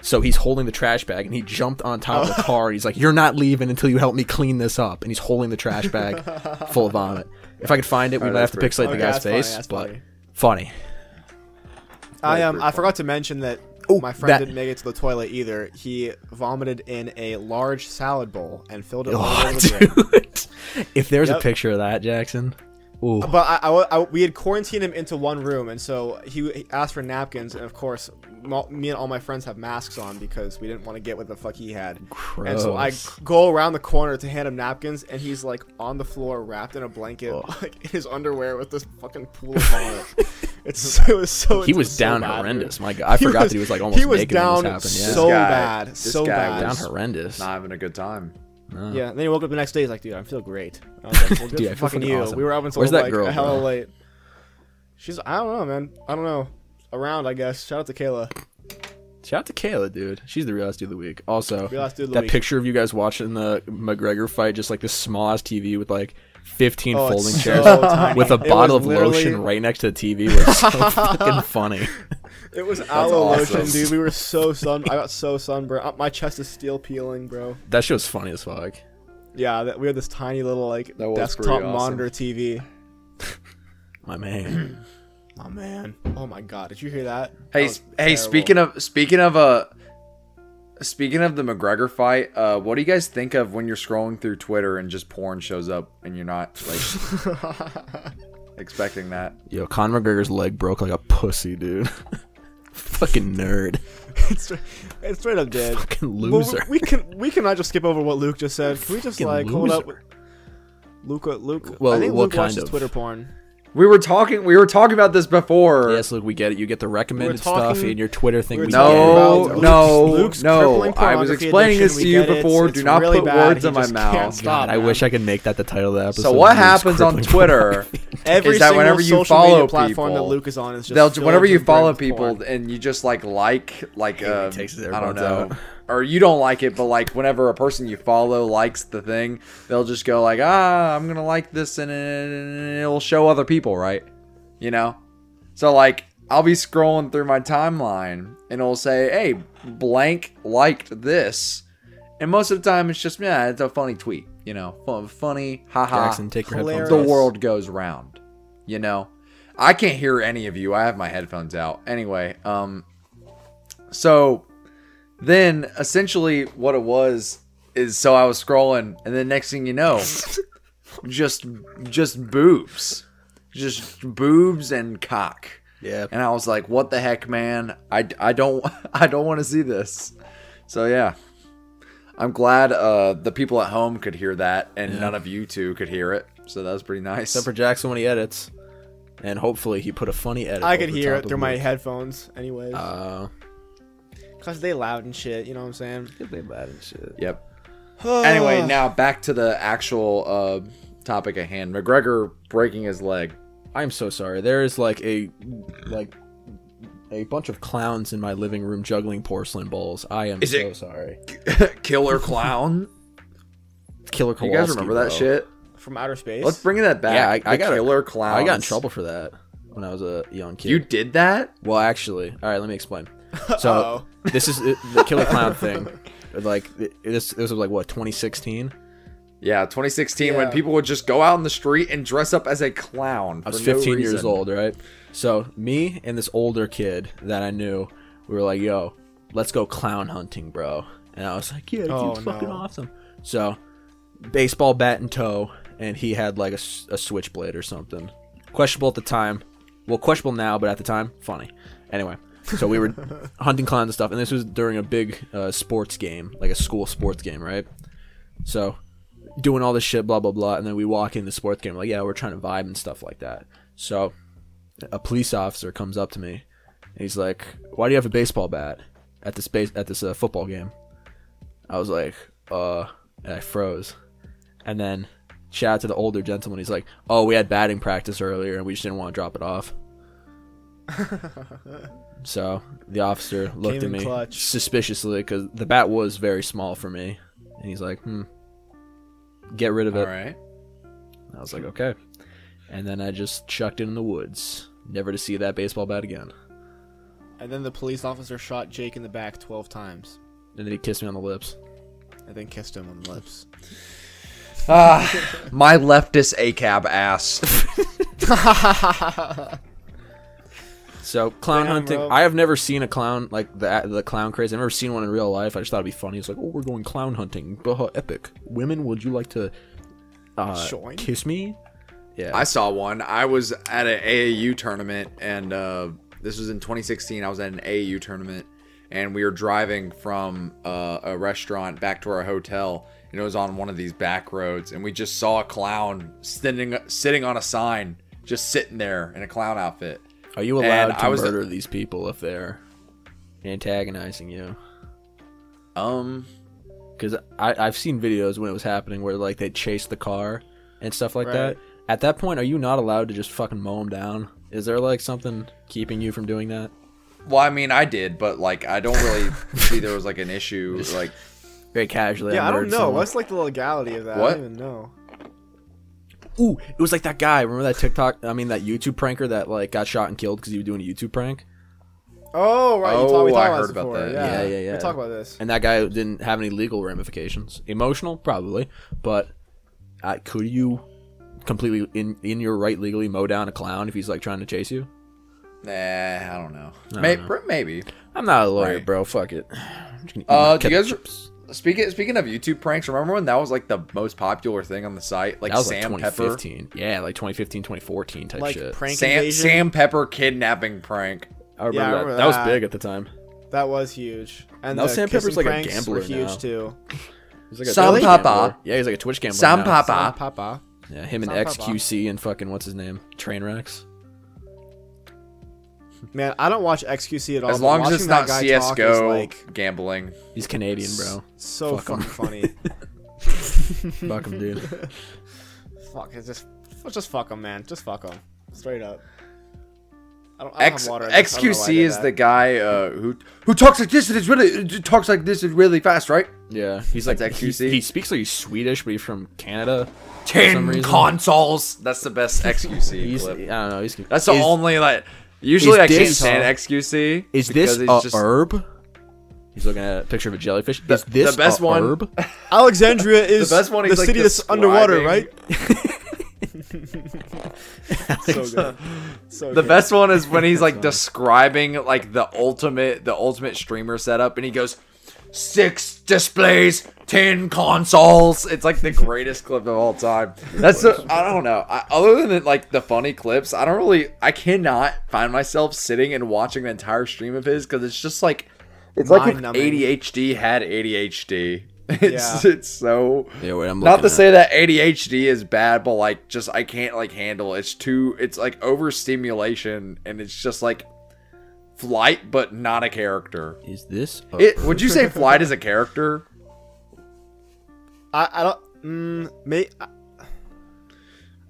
C: so he's holding the trash bag and he jumped on top
B: Oh.
C: of the car. And he's like, "You're not leaving until you help me clean this up," and he's holding the trash bag full of vomit. If I could find it, we
B: Alright,
C: might have
B: that's
C: to
B: pretty
C: pixelate the
A: Okay,
C: guy's
A: that's funny,
C: face,
A: that's
C: but
A: funny.
C: funny.
A: I um I forgot to mention that
C: Oh,
A: my friend
C: that-
A: didn't make it to the toilet either. He vomited in a large salad bowl and filled it all
C: Oh,
A: over the drink.
C: dude. if there's a
A: Yep.
C: picture of that, Jackson. Ooh.
A: But I, I wa- I- we had quarantined him into one room, and so he, he asked for napkins. And of course, mo- me and all my friends have masks on because we didn't want to get what the fuck he had. And so I
C: Gross.
A: go around the corner to hand him napkins, and he's like on the floor, wrapped in a blanket, like in his underwear, with this fucking pool of vomit. it's so- it was so.
C: He was
A: so
C: down
A: bad, dude.
C: horrendous. My God, I forgot that he was like almost
A: he was
C: naked
A: down
C: when this happened. Yeah.
A: so
B: This guy-
A: bad,
B: this
A: so
B: guy
A: bad.
C: down
B: was-
C: horrendous.
B: Not having a good time.
A: Yeah, and then he woke up the next day. He's like, "Dude, I feel great." I was like, well, good
C: Dude,
A: for
C: I feel
A: fucking
C: fucking
A: you.
C: awesome.
A: We were up until
C: Where's that
A: like
C: girl,
A: hella
C: bro?
A: late. She's I don't know, man. I don't know. Around, I guess. Shout out to Kayla.
C: Shout out to Kayla, dude. She's the realest dude of the week. Also,
A: Realest dude of the
C: that
A: week.
C: picture of you guys watching the McGregor fight, just like this small ass TV with like 15
A: Oh, it's
C: folding
A: so
C: chairs
A: tiny.
C: with a
A: It
C: bottle
A: was
C: of
A: literally-
C: lotion right next to the TV was so fucking funny.
A: It was aloe
B: awesome.
A: lotion, dude. We were so sun. I got so sunburned. Uh, My chest is still peeling, bro.
C: That shit was funny as fuck.
A: Yeah, that, we had this tiny little like
B: That was
A: desktop
B: pretty awesome.
A: monitor TV.
C: My man.
A: Oh man. Oh my god. Did you hear that?
B: Hey,
A: That was
B: hey.
A: terrible.
B: Speaking of speaking of a uh, Speaking of the McGregor fight, uh, what do you guys think of when you're scrolling through Twitter and just porn shows up and you're not like expecting that?
C: Yo, Conor McGregor's leg broke like a pussy, dude. Fucking nerd.
A: it's, it's straight up dead.
C: Fucking
A: Well, we-
C: loser.
A: we can we cannot just skip over what Luke just said. Can we just
C: Fucking
A: like hold up?
C: loser.
A: Luke, uh, Luke.
C: Well,
A: I think
C: what
A: Luke
C: kind
A: watches
C: of-
A: Twitter porn.
B: We were talking. We were talking about this before.
C: yes, look, we get it. You get the recommended stuff
A: talking-
C: and your Twitter thing.
A: we were
C: we
A: talking
B: No,
A: about
B: no,
A: Luke's- Luke's
B: no.
A: crippling
B: I was
A: pornography
B: explaining this to
A: addiction. We
B: you
A: get it.
B: before.
A: It's
B: Do not
A: really
B: put
A: bad.
B: words
A: He
B: in my
A: just can't
B: mouth.
A: stop,
C: God, I
A: man.
C: wish I could make that the title of the episode.
B: So what
C: Luke's
B: happens on
C: crippling
B: Twitter?
A: Every
B: is that
A: single
B: whenever you
A: social
B: follow
A: media platform
B: people,
A: that Luke is on is just
B: They'll,
A: filled
B: whenever
A: to
B: you
A: the brim
B: follow
A: with
B: people
A: porn.
B: and you just like like like
C: when he
B: uh,
C: takes his
B: I don't
C: AirPods out.
B: know, or you don't like it, but like whenever a person you follow likes the thing, they'll just go like, ah, I'm gonna like this, and it- it'll show other people, right? You know, so like I'll be scrolling through my timeline and it'll say, hey, blank liked this, and most of the time it's just yeah, it's a funny tweet, you know, fun, funny, haha,
C: Jackson, take your headphones
A: Hilarious.
B: the
A: Yes.
B: world goes round. You know, I can't hear any of you. I have my headphones out. Anyway, um, so then essentially what it was is so I was scrolling, and then next thing you know, just just boobs, just boobs and cock.
C: Yeah.
B: And I was like, "What the heck, man? I, I don't I don't want to see this." So yeah, I'm glad uh, the people at home could hear that, and none of you two could hear it. So that was pretty nice.
C: Except for Jackson when he edits, and hopefully he put a funny edit.
A: I could
C: over
A: hear
C: top
A: it
C: of
A: through my
C: Luke.
A: headphones, anyways,
C: Uh,
A: cause they loud and shit. You know what I'm saying?
C: they bad and shit.
B: yep. Anyway, now back to the actual uh, topic at hand: McGregor breaking his leg.
C: I'm so sorry. There is like a like a bunch of clowns in my living room juggling porcelain bowls. I am
B: Is
C: so
B: it-
C: sorry.
B: Killer clown.
C: Killer
B: you
C: Kowalski.
B: guys remember that
C: bro.
B: shit?
A: from outer space.
B: Let's bring that back.
C: Yeah, I- I
B: The
C: got a-
B: killer clown.
C: I got in trouble for that when I was a young kid.
B: You did that?
C: Well, actually, all right. Let me explain. So this is the the Killer Clown thing. Like it- this, this was like what 2016.
B: Yeah, 2016 when
A: Yeah.
B: people would just go out in the street and dress up as a clown.
C: I was
B: for no
C: 15 years
B: reason.
C: old, right? So me and this older kid that I knew, we were like, "Yo, let's go clown hunting, bro." And I was like, "Yeah, dude,
A: Oh,
C: fucking
A: no.
C: awesome." So baseball bat and toe, and he had like a, s- a switchblade or something. Questionable at the time. Well, questionable now, but at the time, funny. Anyway, so we were hunting clowns and stuff, and this was during a big uh, sports game, like a school sports game, right? So doing all this shit, blah blah blah, and then we walk in the sports game, like, yeah, we're trying to vibe and stuff like that. So a police officer comes up to me, and he's like, "Why do you have a baseball bat at this base at this uh, football game?" I was like, "Uh," and I froze, and then shout out to the older gentleman. He's like, "Oh, we had batting practice earlier, and we just didn't want to drop it off." so the officer looked
A: Came
C: at
A: in
C: me
A: clutch.
C: suspiciously because the bat was very small for me, and he's like, "Hmm, get rid of
B: All
C: it."
B: right.
C: And I was like, okay. And then I just chucked it in the woods, never to see that baseball bat again.
A: and then the police officer shot Jake in the back 12 times,
C: And then he kissed me on the lips.
A: and then kissed him on the lips.
B: Ah, my leftist ACAB ass.
C: So clown
A: Damn,
C: hunting.
A: bro.
C: I have never seen a clown like the the clown craze. I've never seen one in real life. I just thought it'd be funny. It's like, oh, we're going clown hunting. Baha, epic. Women, would you like to uh,
A: Join?
C: kiss me? Yeah.
B: I saw one. I was at an AAU tournament, and uh, this was in 2016. I was at an AAU tournament, and we were driving from uh, a restaurant back to our hotel, and it was on one of these back roads, and we just saw a clown standing sitting on a sign, just sitting there in a clown outfit.
C: Are you allowed
B: and
C: to
B: I was-
C: murder these people if they're antagonizing you?
B: Um,
C: because I've seen videos when it was happening where like they chased the car and stuff like
A: Right.
C: that. At that point, are you not allowed to just fucking mow them down? Is there like something keeping you from doing that?
B: well, I mean, I did, but like, I don't really see there was like an issue. Like,
C: Very casually.
A: yeah, I don't
C: murdered
A: know.
C: someone.
A: What's like the legality of that? I
B: What?
A: don't even know.
C: Ooh, it was like that guy. Remember that TikTok? I mean, that YouTube pranker that like got shot and killed because he was doing a YouTube prank.
A: Oh right, you talk, we
B: Oh,
A: talked
B: I
A: about
B: heard
A: this
B: about
A: before.
B: that.
A: Yeah.
C: Yeah, yeah, yeah.
A: We talked about this.
C: And that guy didn't have any legal ramifications. Emotional, probably, but uh, could you completely in in your right legally mow down a clown if he's like trying to chase you?
B: nah, I don't know. May-
C: know.
B: pr- Maybe.
C: I'm not a lawyer,
B: Right.
C: bro. Fuck it. just gonna eat
B: Uh,
C: my
B: do
C: kettle
B: you guys-
C: chips.
B: Speaking speaking of YouTube pranks, remember when that was like the most popular thing on the site? Like
C: That was
B: Sam
C: like
B: Pepper.
C: 2015. Yeah, like 2015, 2014 type
A: like
C: shit.
A: prank
B: Sam,
A: invasion.
B: Sam Pepper kidnapping prank.
C: I remember,
A: Yeah, I
C: that.
A: remember
C: that. was
A: that.
C: big at the time.
A: That was huge. And
C: Now
A: the
C: Sam
A: kissing
C: Pepper's like a
A: pranks
C: gambler
A: were huge
C: now.
A: too.
C: He's like a
B: Sam
C: Twitch
B: Papa.
C: gambler. Yeah, he's like a Twitch gambler.
B: Sam
C: now.
B: Papa.
A: Sam Papa.
C: Yeah, him and
A: Sam Papa.
C: XQC and fucking what's his name? Trainwrecks.
A: Man, I don't watch XQC at all.
B: As
A: Oh, but
B: long as
A: watching
B: it's
A: that
B: not
A: guy talk is,
B: CS:GO
A: like
B: gambling.
C: He's Canadian, bro.
A: so
C: Fuck 'em.
A: fucking funny.
C: Fuck him, dude.
A: Fuck, it's just let's just fuck them, man. Just fuck them, straight up. I don't, I don't
B: X,
A: have water. in this. I don't know why I
B: XQC
A: did
B: is
A: that.
B: the guy uh, who who talks like this and is really talks like this and really fast, right?
C: Yeah, he's like
B: That's
C: he,
B: XQC.
C: he speaks like he's Swedish, but he's from Canada. some
B: Ten
C: reason.
B: consoles. That's the best XQC
C: He's, I
B: clip.
C: don't know. He's,
B: That's the
C: is,
B: only like. Usually
C: Is
B: I can't
C: this-
B: stand XQC.
C: Is this
B: because
C: a
B: he's just-
C: herb? He's looking at a picture of a jellyfish. is this
B: the best
C: a
B: one-
C: herb?
A: Alexandria is the,
B: best one he's, like,
A: city that's underwater,
B: describing-
A: right? so good. So
B: The
A: good.
B: best one is when he's like describing like the ultimate the ultimate streamer setup, and he goes six displays, ten consoles. It's like the greatest clip of all time. That's the- I don't know. I, other than like the funny clips, I don't really I cannot find myself sitting and watching the entire stream of his because it's just like it's like if
A: Mind-numbing.
B: ADHD had ADHD. It's
A: Yeah.
B: it's so
C: Yeah, wait, I'm
B: not
C: looking
B: to
C: at-
B: say that ADHD is bad, but like just I can't like handle it. it's too it's like overstimulation and it's just like flight but not a character.
C: Is this a
B: It, would you say flight is a character?
A: I, I don't. Mm, may, I,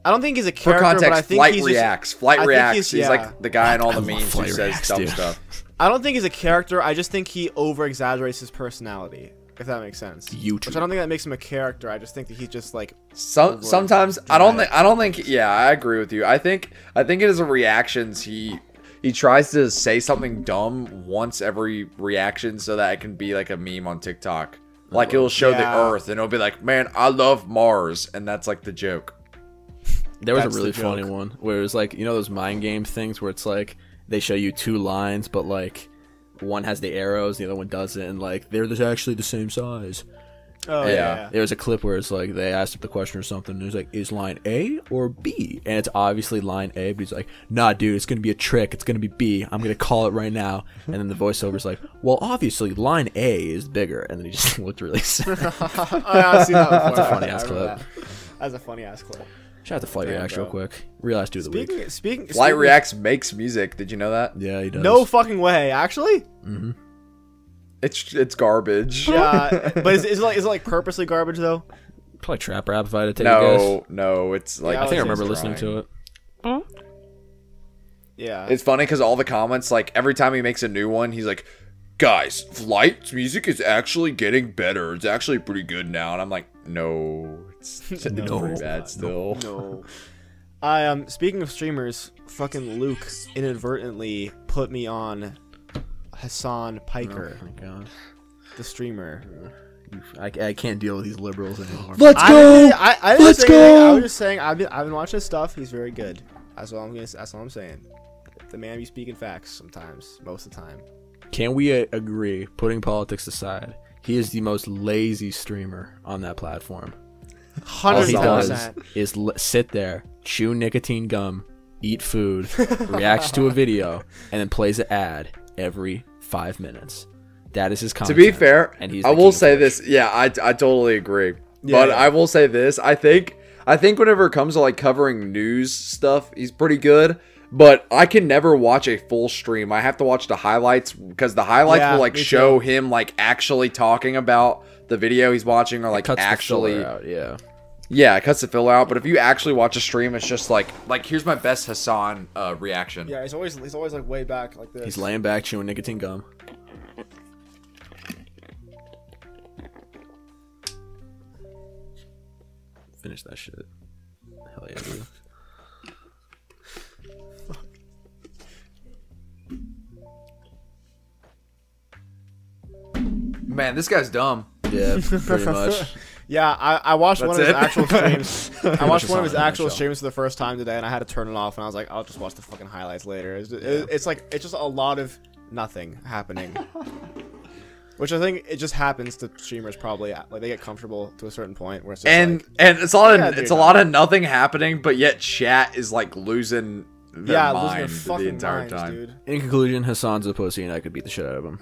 A: I don't think he's a
B: For
A: character, but I
B: context,
A: think
B: flight
A: he's just-
B: reacts. flight
A: I think
B: reacts.
A: he's-
B: He's,
A: yeah.
B: like the guy in all the
C: love
B: memes who
C: Flight
B: says
C: Reacts,
B: dumb
C: dude.
B: stuff.
A: I don't think he's a character. I just think he over exaggerates his personality. If that makes sense.
C: YouTube.
A: Which I don't think that makes him a character. I just think that he's just like
B: Some
A: Overly
B: sometimes I don't
A: dramatic.
B: think I don't think yeah I agree with you I think I think it is a reactions he he tries to say something dumb once every reaction so that it can be like a meme on TikTok like it'll show
A: Yeah.
B: the Earth and it'll be like man I love Mars and that's like the joke
C: There was a
A: That's the
C: really funny
A: joke.
C: one where it was like you know those mind game things where it's like they show you two lines, but like one has the arrows, the other one doesn't, and like they're just actually the same size.
A: oh
B: Yeah.
A: yeah.
C: There was a clip where it's like they asked him the question or something, and it was like, "Is line A or B?" And it's obviously line A, but he's like, "Nah, dude, it's gonna be a trick. It's gonna be B. I'm gonna call it right now." And then the voiceover's like, "Well, obviously line A is bigger," and then he just looked really sad.
A: Oh, yeah, I've seen that before. That's a
C: funny ass clip.
A: That's a funny ass clip.
C: Shout out to Flight Reacts real
A: bro.
C: quick. Real ass dude of the week.
A: Speaking, speaking,
B: Flight
A: speaking-
B: Reacts makes music did you know that
C: Yeah, he does.
A: No fucking way, actually.
B: it's it's garbage
A: Yeah, but is, is it like is it like purposely garbage though?
C: probably trap rap if I had to take a guess.
B: no no it's like
A: Yeah,
C: I think I remember
A: Trying.
C: listening to it.
A: Yeah,
B: It's funny because all the comments, like every time he makes a new one, he's like, "Guys, Flight's music is actually getting better. It's actually pretty good now." And I'm like, "No, it's, it's
A: No,
B: pretty
A: it's
B: bad still."
A: no. I um speaking of streamers, fucking Luke inadvertently put me on Hassan Piker,
C: Oh my god.
A: the streamer.
C: I, I can't deal with these liberals anymore.
B: Let's
A: I didn't- I, I didn't say
B: Let's
A: anything. I
B: go!
A: was just saying I've been I've been watching his stuff. He's very good. That's all I'm gonna. That's all I'm saying. The man be speaking facts sometimes, most of the time.
C: Can we uh, agree, putting politics aside, he is the most lazy streamer on that platform. All
A: Hundred
C: Oh, he does
A: percent.
C: is l- sit there, chew nicotine gum, eat food, reacts to a video, and then plays an ad every five minutes. That is his
B: To
C: content.
B: be fair,
C: and he's
B: I
C: the
B: will
C: king
B: say
C: of it.
B: this. Yeah, I, I totally agree.
A: Yeah,
B: but
A: yeah.
B: I will say this. I think I think whenever it comes to like covering news stuff, he's pretty good. But I can never watch a full stream. I have to watch the highlights because the highlights
A: Yeah,
B: will like
A: me
B: show him like actually talking about the video he's watching or like
C: cuts the filler
B: actually
C: out, yeah.
B: yeah it cuts the filler out. But if you actually watch a stream, it's just like like here's my best Hassan uh, reaction.
A: Yeah, he's always he's always like way back like this.
C: He's laying back chewing nicotine gum. Finish that shit. Hell yeah, dude.
B: Man, this guy's dumb.
C: Yeah, pretty much.
A: Yeah, I, I watched one of his
B: That's
A: actual
B: it?
A: streams. I watched one of his
C: Pretty much a
A: actual
C: nutshell.
A: streams for the first time today, and I had to turn it off. And I was like, I'll just watch the fucking highlights later. It's, it- it's like it's just a lot of nothing happening. Which I think it just happens to streamers probably uh, like they get comfortable to a certain point where it's just
B: and
A: like,
B: and it's a lot of
A: Yeah,
B: it's
A: dude.
B: a lot of nothing happening, but yet chat is like losing their
A: yeah, losing
B: mind
A: their fucking
B: the entire
A: minds,
B: time.
A: dude.
C: In conclusion, Hassan's a pussy, and I could beat the shit out of him.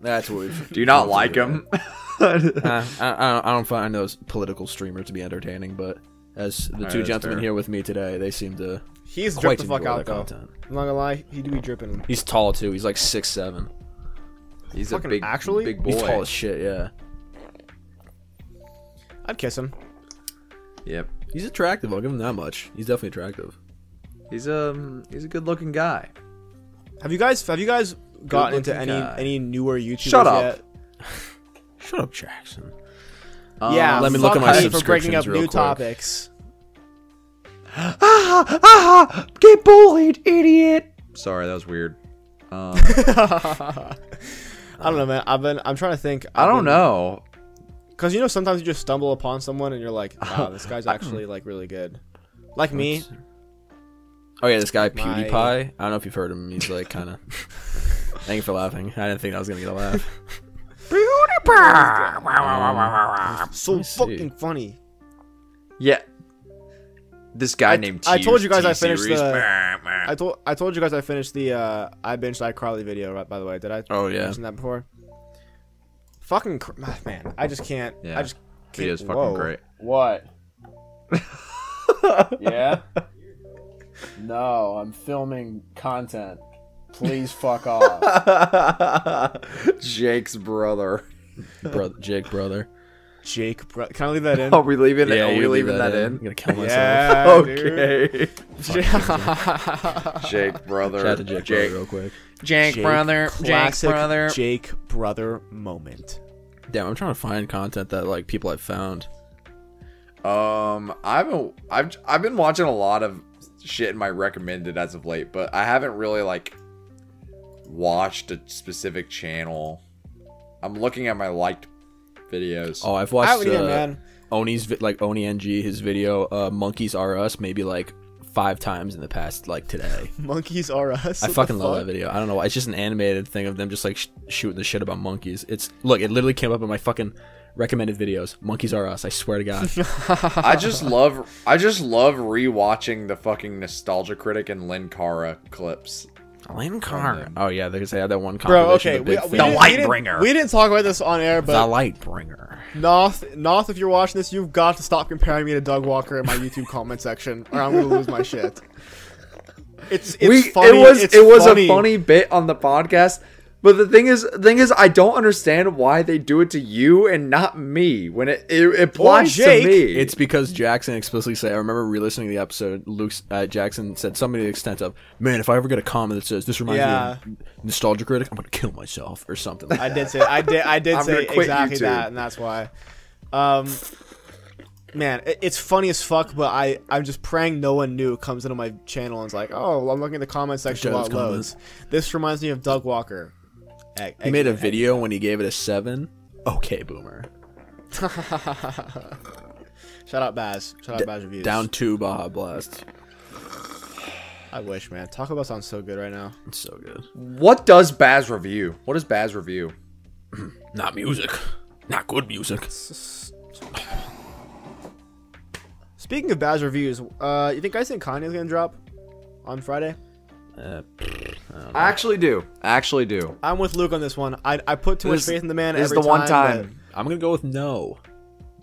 C: That's what we've.
B: Do you not like him?
C: Uh, I, I, don't, I don't find those political streamers to be entertaining, but as the
B: Alright,
C: two
B: that's
C: gentlemen
B: fair.
C: here with me today, they seem to
A: He's
C: quite
A: dripped the fuck
C: enjoy the
A: out though.
C: content.
A: I'm not gonna lie, he do be dripping.
C: He's tall too. He's like six seven.
B: He's a
A: Fucking
B: big
A: actually?
B: big boy.
C: He's tall as shit. Yeah,
A: I'd kiss him.
B: Yep.
C: he's attractive. I'll give him that much. He's definitely attractive.
B: He's um he's a good looking guy.
A: Have you guys have you guys gotten into
B: Good-looking
A: any
B: guy.
A: any newer YouTubers
B: Shut up.
A: yet?
C: Shut up, Jackson.
B: Um,
A: yeah,
C: let me look
A: fuck
C: at my
A: Honey for breaking
C: subscriptions
A: up
C: real
A: new
C: quick.
A: topics.
B: Ah, ah, get bullied, idiot. Sorry, that was weird. Um,
A: I don't know, man. I've been I'm trying to think.
B: I don't know.
A: because you know sometimes you just stumble upon someone and you're like, wow, this guy's actually like really good. Like me,
C: Oh yeah, this guy
A: My-
C: PewDiePie. I don't know if you've heard him. He's like kind of. Thank you for laughing. I didn't think I was gonna get a laugh.
A: so
C: me see.
A: fucking funny.
B: Yeah. This guy
A: I-
B: named
A: I told you guys I
B: T series.
A: finished I told I told you guys I finished the uh, I binged iCarly video. Right, by the way, did I?
C: Oh, yeah.
A: mention that before. Fucking cr- ah, man, I just can't.
B: Yeah.
A: I just can't.
B: Video's fucking
A: whoa.
B: great.
C: What? yeah. No, I'm filming content. Please fuck off,
B: Jake's brother.
C: brother. Jake, brother.
A: Jake, bro- can I leave that in?
B: Are we leaving? are we
C: you leave
B: leaving that,
C: I'm
B: in?
C: gonna kill myself.
A: yeah, dude.
B: Okay. Jake
C: Shout out
B: brother.
C: to Jake,
B: Jake.
C: brother real quick.
B: Jake brother. Jake
A: classic
B: brother.
A: Jake brother moment.
C: Damn, I'm trying to find content that like people I've found.
B: Um, I've been, I've I've been watching a lot of shit in my recommended as of late, but I haven't really like watched a specific channel. I'm looking at my liked videos.
C: Oh, I've
A: I
C: watched
A: would, yeah,
C: uh,
A: man.
C: Oni's vi- like Oni NG his video uh, "Monkeys Are Us" maybe like five times in the past like today.
A: Monkeys are us.
C: I
A: What the
C: fucking love that
A: fuck?
C: video. I don't know why. It's just an animated thing of them just like sh- shooting the shit about monkeys. It's look, it literally came up in my fucking recommended videos. Monkeys are us. I swear to God.
B: I just love I just love rewatching the fucking Nostalgia Critic and Lynn Cara clips.
C: Alan Carr. Oh yeah, they they had that one.
A: Bro,
C: compilation,
A: okay,
C: the
A: we,
C: big
A: we
C: thing.
A: didn't, we, didn't, we didn't talk about this on air,
C: the
A: but
C: light bringer.
A: Noth, Noth, if you're watching this, you've got to stop comparing me to Doug Walker in my YouTube comment section, or I'm gonna lose my shit. It's it's funny.
B: it was
A: it's
B: it was a funny bit on the podcast. But the thing is, the thing is, I don't understand why they do it to you and not me when it it, it applies
A: Jake.
B: to me.
C: It's because Jackson explicitly said. I remember re-listening to the episode. Luke uh, Jackson said something to the extent of, "Man, if I ever get a comment that says this reminds me of Nostalgia Critic, I'm gonna kill myself or something." Like
A: I did say I did I did
B: I'm
A: say
B: gonna quit
A: exactly
B: YouTube.
A: that, and that's why. Um, man, it, it's funny as fuck, but I I'm just praying no one new comes into my channel and is like, oh, I'm looking at the comment section
C: Joe's
A: about loads. This reminds me of Doug Walker. Egg-
C: He made a
A: egg-
C: video when he gave it a seven. Okay, boomer.
A: Shout out Baz. Shout out Baz reviews.
C: Down two Baja Blast.
A: I wish, man. Taco Bell sounds so good right now.
C: It's so good.
B: What does Baz review? What does Baz review?
C: Not music. Not good music.
A: Speaking of Baz reviews, uh, you think guys think Kanye's gonna drop on Friday?
C: Uh,
B: I actually do. I actually do.
A: I'm with Luke on this one. I, I put too much
B: This
A: faith in the man.
B: is
A: every
B: the one time.
C: I'm gonna go with no.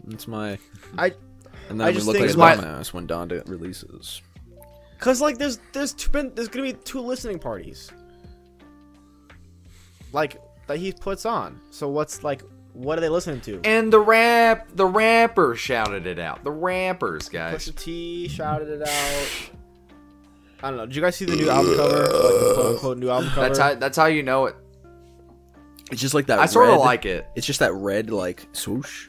C: That's my.
A: but I,
C: And then
A: I
C: I'm gonna
A: just
C: look
A: think
C: like a
A: it's my-
C: dumbass when Donda releases.
A: cause like there's there's two been there's gonna be two listening parties, like that he puts on. So what's like what are they listening to?
B: And the rap, the rapper shouted it out. The rappers, guys.
A: Pusha T shouted it out. I don't know. Did you guys see the new album cover? Like, the quote unquote new album cover.
B: That's how. That's how you know it.
C: It's just like that.
B: I sort of
C: red-
B: like it.
C: It's just that red like swoosh.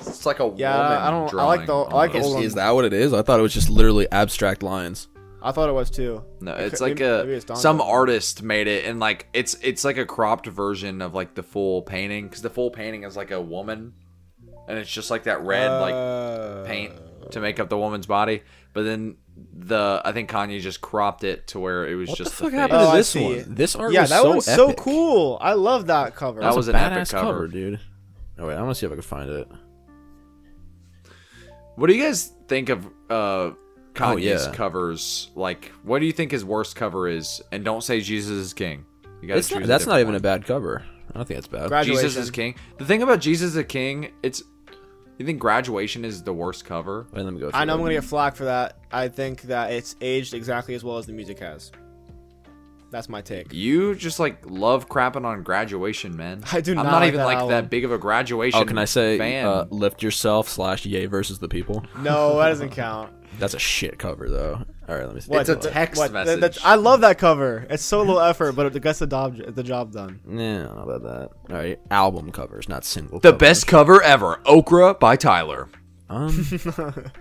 B: It's like a
A: Yeah,
B: Woman
A: I don't- I
B: Drawing.
A: like the- I like the
B: almost.
A: old- Hold on.
C: Is that what it is? I thought it was just literally abstract lines.
A: I thought it was too.
B: No,
A: It
B: it's
A: could-
B: like
A: maybe- maybe
B: a
A: it's Donda.
B: some artist made it, and like it's it's like a cropped version of like the full painting because the full painting is like a woman, and it's just like that red like
A: Uh,
B: paint to make up the woman's body. But then the I think Kanye just cropped it to where it was
C: What
B: just
C: the fuck
B: face.
C: happened
A: Oh, I
C: to this
A: see.
C: one? This art
A: yeah,
C: was
A: that
C: so
A: one's
C: epic.
A: so cool. I love that cover.
B: That
C: That was
B: was an
C: a badass
B: epic cover.
C: cover. dude. Oh wait, I'm gonna see if I can find it.
B: What do you guys think of uh Kanye's
C: Oh, yeah.
B: covers? Like, what do you think his worst cover is? And don't say Jesus is King. You gotta
C: It's not-
B: choose a
C: that's not
B: different
C: even
B: one.
C: a bad cover. I don't think that's bad.
A: Graduation.
B: Jesus is King. The thing about Jesus is King, it's you think graduation is the worst cover?
C: Wait, let me go.
A: I know I'm
C: through
A: gonna
C: it.
A: get flack for that. I think that it's aged exactly as well as the music has. That's my take.
B: You just like love crapping on graduation, man.
A: I do
B: I'm
A: not
B: not
A: like
B: even
A: that
B: like
A: album.
B: that big of a graduation.
C: Oh, can I say
B: fan.
C: uh, "Lift Yourself" slash "Yay versus the People"?
A: No, that doesn't count.
C: That's a shit cover though. All right, let me. see.
A: What,
B: It's a
A: the-
B: text
A: what, that-
B: message.
A: that's- I love that cover. It's so little effort, but it gets the job the job done.
C: Yeah, I don't know about that. All right, album covers, not single.
B: the
C: covers.
B: best cover ever, Okra by Tyler.
C: Um,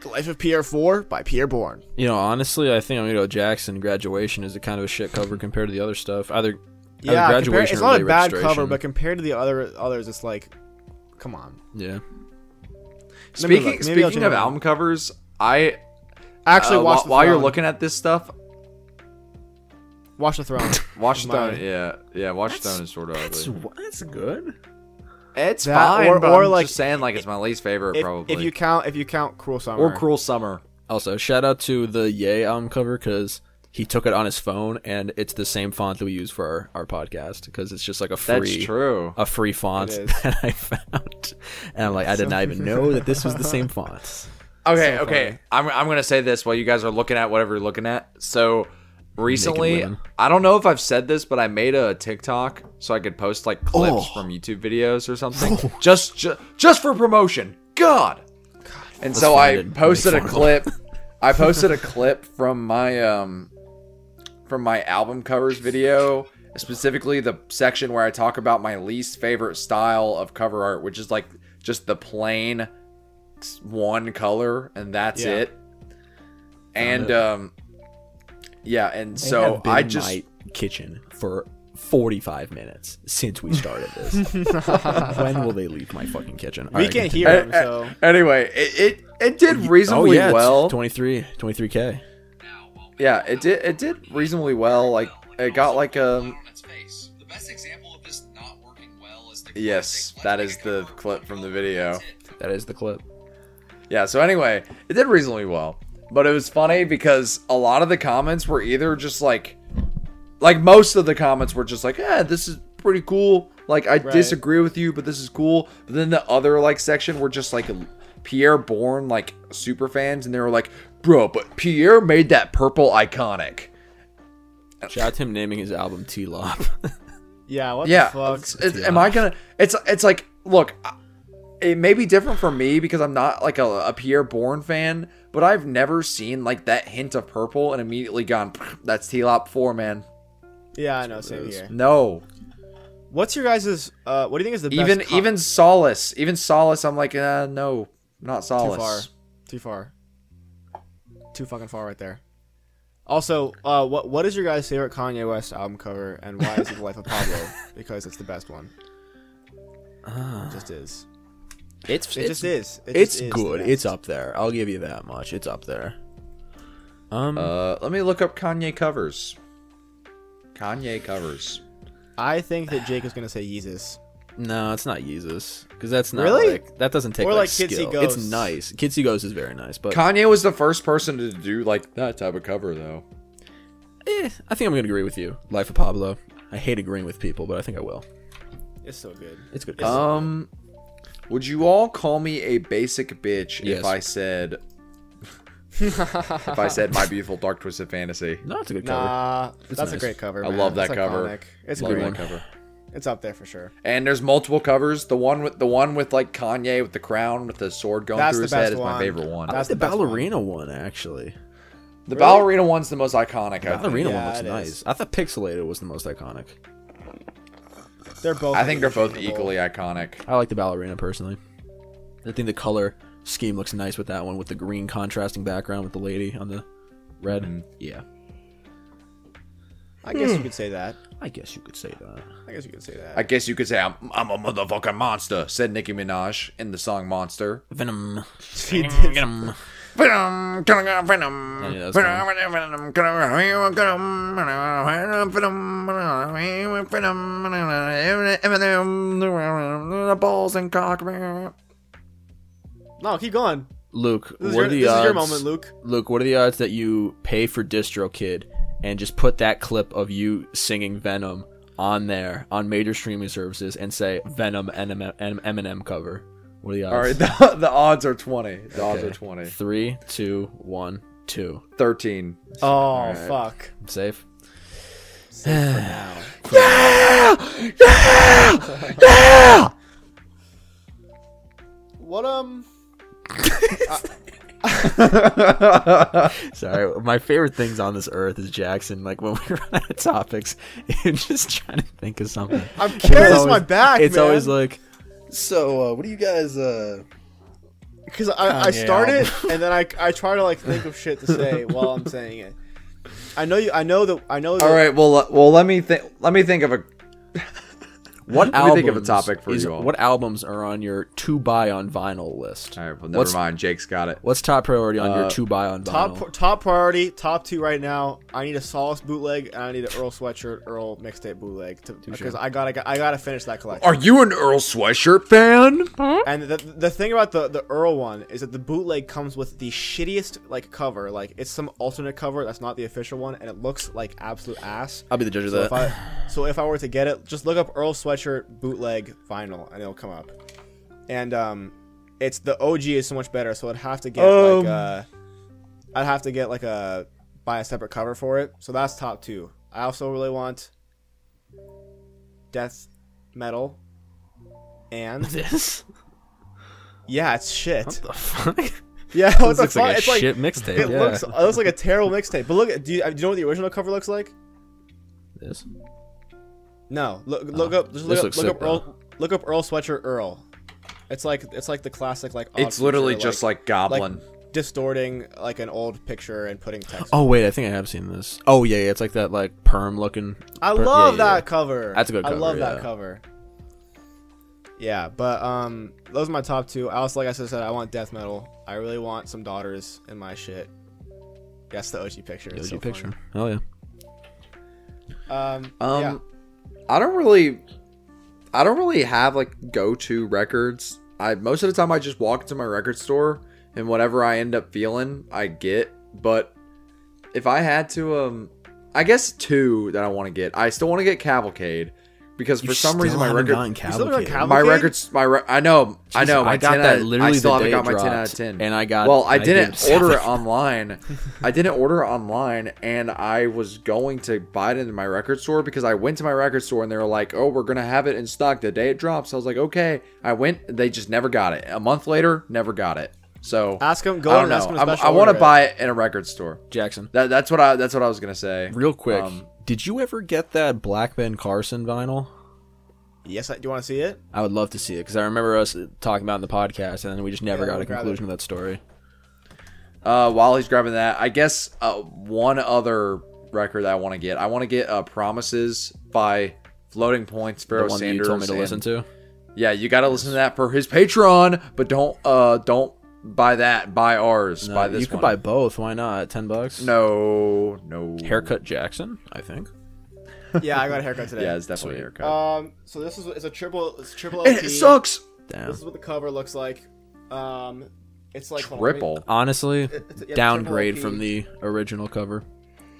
A: The Life of Pierre Four by Pierre Bourne.
C: you know, honestly, I think I'm gonna go Jackson. Graduation is a kind of a shit cover compared to the other stuff. Either
A: Yeah,
C: either
A: compare,
C: graduation
A: it's
C: or
A: not a
C: Late
A: bad cover,
C: Registration.
A: but compared to the other others, it's like, come on.
C: yeah,
A: Let me look. Maybe
B: Speaking
A: I'll
B: speaking
A: change
B: of
A: my mind.
B: album covers, I
A: Actually,
B: uh,
A: watch
B: wh-
A: the
B: while you're
A: Throne.
B: looking at this stuff,
A: watch the throne.
B: Watch
A: My-
B: Stone, yeah, yeah. Watch Stone is sort of
C: that's
B: ugly.
C: that's good.
B: It's
A: That
B: fine,
A: or-
B: but
A: or
B: I'm
A: like-
B: just saying, like it's my least favorite,
A: if,
B: probably.
A: if you count, if you count Cruel Summer
B: or Cruel Summer.
C: Also, shout out to the Yay album cover because he took it on his phone, and it's the same font that we use for our, our podcast because it's just like a free,
B: That's true.
C: a free font
A: It is.
C: that I found, and I'm like, I did not even know that this was the same font.
B: Okay,
A: so
B: okay.
A: funny.
B: I'm I'm gonna say this while you guys are looking at whatever you're looking at. So recently,
C: women.
B: I don't know if I've said this, but I made a TikTok so I could post like clips
C: Oh.
B: from YouTube videos or something, just ju- just for promotion. God. And so I
C: find it.
B: posted a
C: Make fun
B: clip. I posted a clip from my um from my album covers video, specifically the section where I talk about my least favorite style of cover art, which is like just the plain s- one color and that's
A: Yeah.
B: it. And um yeah, and
C: They
B: so
C: have been
B: I
C: in
B: just
C: my kitchen for 45 minutes since we started this. when will they leave my fucking kitchen? All
A: We
C: right,
A: can't
C: continue.
A: hear him,
B: A- a-
A: so
B: anyway, it, it it did
C: Oh
B: reasonably
C: yeah, it's
B: well.
C: 23 23k.
B: Yeah, it did it did reasonably well. Like it got like um Yes, that is the clip from the video.
C: That is the clip.
B: Yeah, so anyway, it did reasonably well. But it was funny because a lot of the comments were either just like like most of the comments were just like, "Yeah, this is pretty cool. Like I
A: Right.
B: disagree with you, but this is cool." But then the other like section were just like Pierre Bourne like super fans and they were like, "Bro, but Pierre made that purple iconic."
C: Shout out to him naming his album T Lop.
A: yeah. What
B: yeah.
A: the
B: it's-
A: fuck?
B: it's- Am I gonna? It's it's like look, I- it may be different for me because I'm not like a, a Pierre Bourne fan, but I've never seen like that hint of purple and immediately gone. That's T-Lop four man.
A: Yeah, I know. Same here.
B: No,
A: What's your guys' uh, what do you think is the best
B: even
A: co-
B: even Solace, even Solace, I'm like uh, no, not
A: too far,
B: Solace.
A: too far, too fucking far right there. Also, uh, what what is your guys' favorite Kanye West album cover, and why is it The Life of Pablo? Because it's the best one. It just is.
C: it's
A: It just is. It
C: It's
A: just is the
C: good.
A: best.
C: It's up there. I'll give you that much. It's up there. Um
B: Uh, let me look up Kanye covers. Kanye covers.
A: I think that Jake is gonna say Yeezus.
C: no, it's not Jesus cuz that's not
A: Really?
C: like that doesn't take
A: Or
C: like,
A: like Kids He
C: skill.
A: Goes.
C: It's nice. Kids He Goes is very nice, but
B: Kanye was the first person to do like that type of cover though.
C: eh, I think I'm going to agree with you. Life of Pablo. I hate agreeing with people, but I think I will.
A: It's so good.
C: It's good.
B: Um, would you all call me a basic bitch if
C: Yes.
B: I said if I said my beautiful dark twisted fantasy?
C: no, it's a good cover.
A: Nah, that's a
C: nice.
A: great cover.
B: I
A: man.
B: love that
A: It's
B: cover.
A: iconic. It's
B: Love
A: a
B: that
A: good.
B: cover.
A: It's up there for sure.
B: And there's multiple covers. The one with the one with like Kanye with the crown with the sword going
A: That's the
B: through his head
A: best
B: is my
A: one.
B: favorite one.
A: That's-
C: That's the,
A: the best one.
C: ballerina one, actually.
B: the ballerina one's the most iconic. I think.
C: Ballerina
A: Yeah,
C: one looks
A: it
C: nice.
A: is.
C: I thought Pixelated was the most iconic.
A: They're both.
B: I think they're both
A: interchangeable.
B: equally iconic.
C: I like the ballerina personally. I think the color scheme looks nice with that one, with the green contrasting background with the lady on the red.
A: Mm-hmm.
C: Yeah,
A: I guess you could say that.
C: I guess you could say that.
A: I guess you could say that.
B: I guess you could say I'm, I'm a motherfucking monster," said Nicki Minaj in the song "Monster."
C: Venom.
A: She did.
C: Venom. knew that was
B: Balls and cock.
A: No, keep going.
C: Luke,
A: This, is your,
C: what are the
A: this
C: odds?
A: is your moment, Luke.
C: Luke, what are the odds that you pay for DistroKid and just put that clip of you singing Venom on there on major streaming services and say Venom Enem- Em- Eminem cover? What are the odds?
B: All right, the, the odds are 20. The odds are 20.
C: Three, two, one, two.
B: 13.
A: Oh fuck.
C: I'm safe.
A: What um?
C: Sorry, my favorite things on this earth is Jackson. Like when we run out of topics, and just trying to think of something.
A: I'm carrying
C: It's
A: this on my
C: always-
A: back.
C: It's
A: man.
C: always like
F: So, uh, what do you guys? Uh,
A: because I, I
F: Kanye
A: start it and then I, I try to like think of shit to say while I'm saying it. I know you. I know that. I know. That,
B: All right, well, le- well, let me think. Let me think of
C: what
B: a. Let me
C: albums?
B: think of a topic for
C: is-
B: you all.
C: What albums are on your to buy on vinyl list?
B: All right, well, never
C: What's-
B: mind. Jake's got it.
C: What's top priority on your
B: Uh,
C: to buy on vinyl?
A: Top top priority. Top two right now. I need a Solace bootleg and I need an Earl sweatshirt Earl mixtape bootleg to- because I gotta I gotta finish that collection.
B: Are you an Earl Sweatshirt fan?
A: And the, the thing about the, the Earl one is that the bootleg comes with the shittiest like cover. Like it's some alternate cover that's not the official one, and it looks like absolute ass.
C: I'll be the judge of
A: So
C: that.
A: if I so if I were to get it, just look up Earl sweatshirt bootleg vinyl, and it'll come up. And um, it's the OG is so much better. So I'd have to get
C: Um,
A: like a, I'd have to get like a buy a separate cover for it. So that's top two. I also really want death metal and
C: this?
A: yeah, it's shit.
C: The fuck?
A: Yeah, what
C: this
A: the
C: looks
A: fuck?
C: like a
A: it's like
C: shit mixtape.
A: it
C: yeah.
A: looks it looks like a terrible mixtape. But look, at- do you, do you know what the original cover looks like?
C: This.
A: No, look look up just
C: this
A: look up
C: looks
A: look
C: sick,
A: up Earl look up Earl sweatshirt Earl. It's like it's like the classic like odd
B: It's literally
A: picture,
B: just like Goblin.
A: distorting like an old picture and putting text.
C: Oh wait, I think I have seen this. Oh yeah, yeah it's like that like perm looking.
A: I
C: per- yeah,
A: love
C: yeah,
A: that
C: yeah.
A: cover.
C: That's a good
A: I
C: cover,
A: love that
C: yeah.
A: cover. Yeah, but um, those are my top two. I also, like I said, I want death metal. I really want some daughters in my shit. That's the OG picture.
C: Yeah,
A: It's so
C: OG picture.
A: funny.
C: Hell yeah.
A: Um,
B: Um,
A: yeah.
B: I don't really, I don't really have like go-to records. I most of the time I just walk into my record store and whatever I end up feeling, I get. But if I had to, um, I guess two that I want to get. I still want to get Cavalcade because for some reason my record,
A: still haven't gotten
B: my
A: Cavalcade?
B: records, my re- I know, I know,
C: Jesus,
B: my
C: I got
B: 10
C: that
B: out of- I
C: literally
B: still
C: the day
B: haven't got
C: it
B: my ten out of
C: dropped,
B: ten,
C: and I got-
B: Well, I
C: I
B: didn't
C: did
B: order it
C: seven.
B: online. I didn't order it online, and I was going to buy it in my record store because I went to my record store and they were like, "Oh, we're gonna have it in stock the day it drops." I was like, "Okay." I went. They just never got it. A month later, never got it. So
A: Ask 'em, go and
B: I don't know.
A: ask 'em to
B: I'm-
A: special
B: I want
A: order
B: to
A: it.
B: buy it in a record store.
C: Jackson,
B: That, that's what I. That's what I was gonna say.
C: real quick,
B: Um,
C: did you ever get that Black Ben Carson vinyl?
A: Yes, I, do you want to see it?
C: I would love to see it because I remember us talking about it in the podcast, and then we just never
A: Yeah,
C: got
A: we'll
C: a
A: grab
C: conclusion of that story.
B: Uh, while he's grabbing that, I guess uh, one other record that I want to get, I want to get uh, "Promises" by Floating Point Sparrow
C: the one
B: Sanders.
C: that you told me to
B: and-
C: listen to.
B: Yeah, you got to listen to that for his Patreon, but don't uh don't buy that. Buy ours.
C: No,
B: buy this.
C: you could
B: one.
C: buy both. Why not? Ten bucks.
B: No, no.
C: Haircut Jackson, I think.
A: Yeah, I got a haircut today.
B: Yeah, it's definitely a haircut.
A: Um, so this is it's a triple it's triple
B: it
A: LP.
B: sucks.
C: Damn.
A: This is what the cover looks like. Um, it's like hold on, let me-
B: Triple.
C: Honestly,
A: it's a- yeah,
C: downgrade
A: triple
C: from the original cover.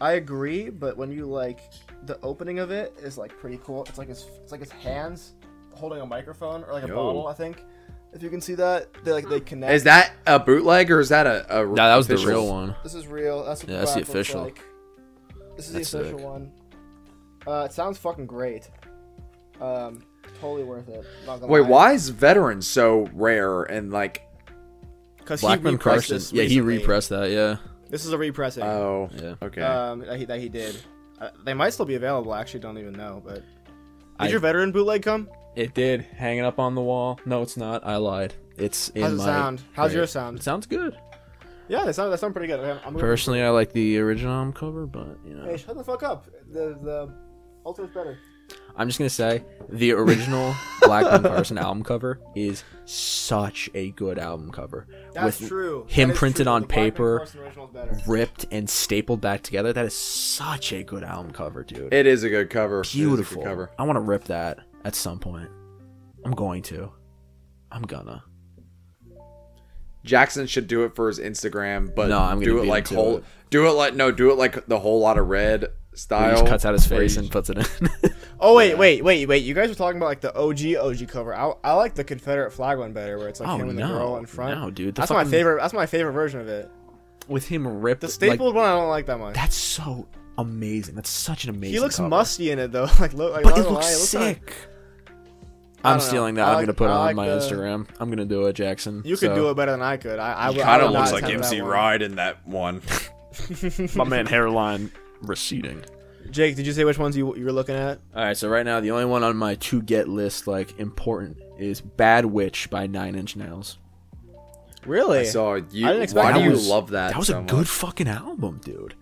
A: I agree, but when you like the opening of it is like pretty cool. It's like his it's like his hands holding a microphone or like a
B: Yo.
A: bottle. I think if you can see that they like they connect.
B: Is that a bootleg or is that a? a
C: No, that was the
B: official?
C: real one.
A: This is real. That's what
C: Yeah, that's the
A: back looks
C: official.
A: like. This is
C: That's
A: the official
C: sick.
A: one. Uh, it sounds fucking great. Um, totally worth it. Not gonna
B: Wait,
A: lie.
B: why is veteran so rare and like?
A: Because
C: Blackman Carson. Yeah, he repressed that. Yeah.
A: This is a repressing
B: Oh,
C: Yeah.
B: okay.
A: um, that, he, that he did. Uh, they might still be available. I actually don't even know. But did
C: I-
A: your veteran bootleg come?
C: It did. Hanging up on the wall. No, it's not. I lied. It's in
A: How's it
C: my.
A: sound? How's
C: crate.
A: your
C: It
A: sound?
C: sounds good.
A: Yeah, they sound they sound pretty good. I'm, I'm gonna-
C: Personally, I like the original album cover, but you know,
A: Hey, shut the fuck up. The the ultimate's better.
C: I'm just gonna say the original Black Lung Carson album cover is such a good album cover.
A: That's
C: With
A: true.
C: Him
A: That is
C: printed
A: true.
C: on
A: The Blackman
C: paper,
A: Carson original is better.
C: ripped and stapled back together. That is such a good album cover, dude.
B: It is a good cover. It is a good
C: Beautiful.
B: cover.
C: I want to rip that at some point. I'm going to. I'm gonna.
B: Jackson should do it for his Instagram, but
C: No, I'm gonna
B: do it
C: be
B: like
C: into
B: whole.
C: it.
B: Do it like no. Do it like the whole lot of red
C: He
B: style.
C: just cuts out his
B: where
C: face
B: he-
C: and puts it in.
A: Oh wait, wait, wait, wait! You guys were talking about like the OG OG cover. I, I like the Confederate flag one better, where it's like
C: Oh,
A: him and
C: no.
A: the girl in front.
C: No, dude, the
A: that's my
C: fucking-
A: favorite. That's my favorite version of it.
C: With him ripped.
A: The
C: like,
A: stapled one, I don't like that much.
C: that's so amazing. That's such an amazing.
A: He looks
C: cover.
A: musty in it though. like, look, like
C: but
A: not
C: it
A: gonna
C: looks
A: lie, it looks like-
C: sick.
A: I
C: I'm
A: don't know.
C: stealing
A: I
C: that. I'm
A: like-
C: gonna put it
A: I
C: on
A: like
C: my
A: the-
C: Instagram. I'm gonna do it, Jackson.
A: you could do it better than I could. I, I, would- I
B: Kind of
A: would not
B: looks like
A: attempt
B: MC
A: that one.
B: Ride in that one.
C: My man hairline receding.
A: Jake, did you say which ones you you were looking at?
C: All right, so right now the only one on my to get list, like important, is "Bad Witch" by Nine Inch Nails.
A: Really?
B: I saw you.
A: I didn't expect
B: why
A: that
B: do you
A: was-
B: love that?
C: That was
B: so
C: a
B: much?
C: good fucking album, dude.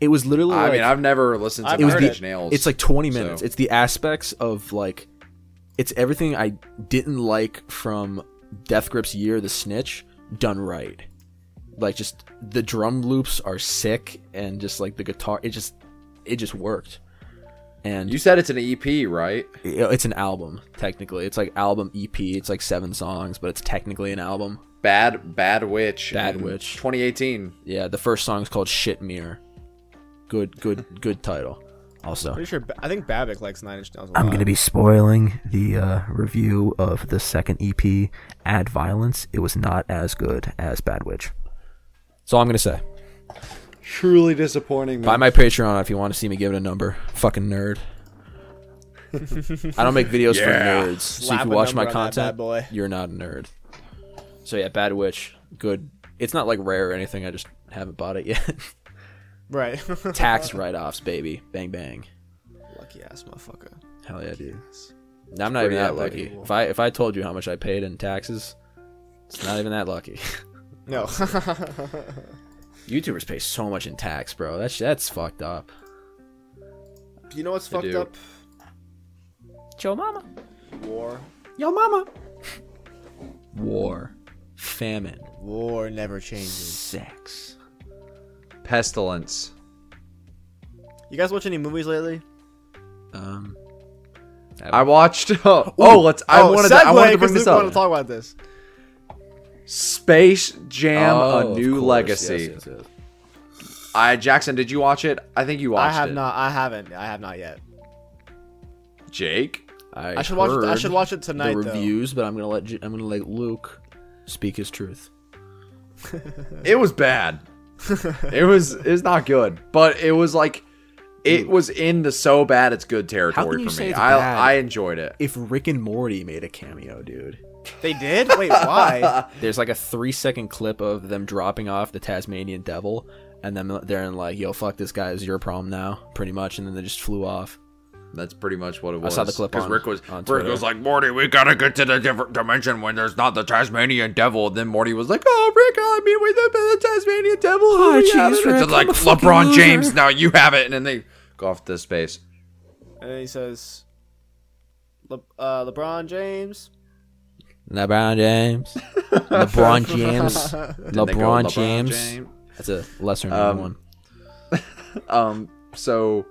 C: It was literally.
B: I
C: like-
B: mean, I've never listened to
A: I've
C: it was
A: heard
B: Nine
C: the,
B: Inch Nails.
C: It's like 20
B: so-
C: minutes. It's the aspects of like, it's everything I didn't like from Death Grip's year, The Snitch, done right. Like just the drum loops are sick, and just like the guitar, it just, it just worked. And
B: you said it's an EP, right?
C: it's an album technically. It's like album EP. It's like seven songs, but it's technically an album.
B: Bad Bad Witch.
C: Bad
B: in
C: Witch.
B: 2018.
C: Yeah, the first song is called "Shit Mirror." Good, good, good title. Also,
A: Pretty sure. Ba- I think Babbitt likes Nine Inch Nails. i
C: I'm gonna be spoiling the uh, review of the second EP, "Add Violence." It was not as good as Bad Witch. That's all I'm gonna say.
B: Truly disappointing.
C: Buy my Patreon if you want to see me give it a number. Fucking nerd. I don't make videos
B: Yeah.
C: for nerds. So
A: Slap
C: if you
A: a
C: watch my
A: number on that bad
C: content,
A: boy.
C: you're not a nerd. So yeah, Bad Witch, good. It's not like rare or anything. I just haven't bought it yet.
A: right.
C: Tax
A: Uh,
C: write-offs, baby. Bang bang.
A: Lucky ass motherfucker.
C: Hell yeah, dude. No, I'm not
B: pretty
C: even that
B: epic.
C: lucky. If I if I told you how much I paid in taxes, it's not even that lucky.
A: No.
C: YouTubers pay so much in tax, bro. That's that's fucked up.
A: you know what's fucked
B: do.
A: up?
E: Joe Mama.
A: War.
C: Yo, mama. War, famine,
A: War never changes.
C: sex.
B: Pestilence.
A: You guys watch any movies lately?
C: Um,
B: I watched. Oh, oh, let's. I
A: oh,
B: wanted. To, I
A: segue,
B: wanted to
A: 'cause
B: bring this
A: Luke wanted
B: up.
A: to talk about this.
B: Space Jam:
C: oh,
B: A
C: of
B: New
C: course,
B: Legacy.
C: yes, yes, yes.
B: I Jackson, did you watch it? I think you watched
A: I have
B: it.
A: not. I haven't. I have not yet.
B: Jake.
C: I,
A: I should watch. It, I
C: heard
A: should watch it
C: the
A: tonight. though.
C: reviews, but I'm gonna let J- I'm gonna let Luke speak his truth.
B: It was bad. it was. It's not good. But it was like. It was in the so bad it's good territory
C: you
B: for
C: say
B: me.
C: it's
B: I
C: bad?
B: I enjoyed it.
C: If Rick and Morty made a cameo, dude,
A: They did. Wait, why?
C: there's like a three second clip of them dropping off the Tasmanian Devil, and then they're in like, "Yo, fuck this guy is your problem now," pretty much, and then they just flew off.
B: That's pretty much what it was.
C: saw the clip on-
B: Rick was
C: on
B: Rick
C: Twitter.
B: was like, Morty, we gotta get to the different dimension when there's not the Tasmanian devil. And then Morty was like, Oh, Rick, I mean, we live in the Tasmanian devil.
E: Oh,
B: we have
E: jeez,
B: it." And
E: Rick,
B: they're like
E: I'm a fucking
B: LeBron
E: loser."
B: James, now you have it. And then they go off to space.
A: and then he says, Le- uh, "LeBron James."
C: LeBron James, LeBron James,
B: And they go,
C: LeBron James. That's a lesser known
B: Um,
C: one.
B: Um. So,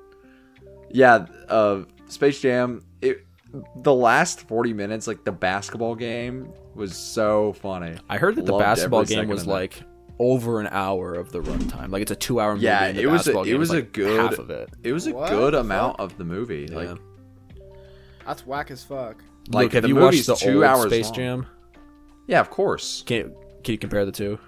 B: yeah. Uh, Space Jam. It the last forty minutes, like the basketball game, was so funny.
C: I heard that the
B: Loved every
C: basketball game
B: second
C: was
B: of it.
C: like over an hour of the runtime. Like it's a two hour movie.
B: Yeah,
C: and the
B: it was a-
C: basketball
B: it
C: game
B: was a
C: like
B: good-
C: half of it.
B: It was a
A: What
B: good
A: the
B: amount of the movie.
C: Yeah.
B: Like,
A: That's whack as fuck.
B: like
C: Luke, have
B: the
C: you watched
B: movie's
C: the
B: two
C: old
B: hours
C: Space
B: long.
C: Jam?
B: yeah, of course.
C: Can can you compare the two?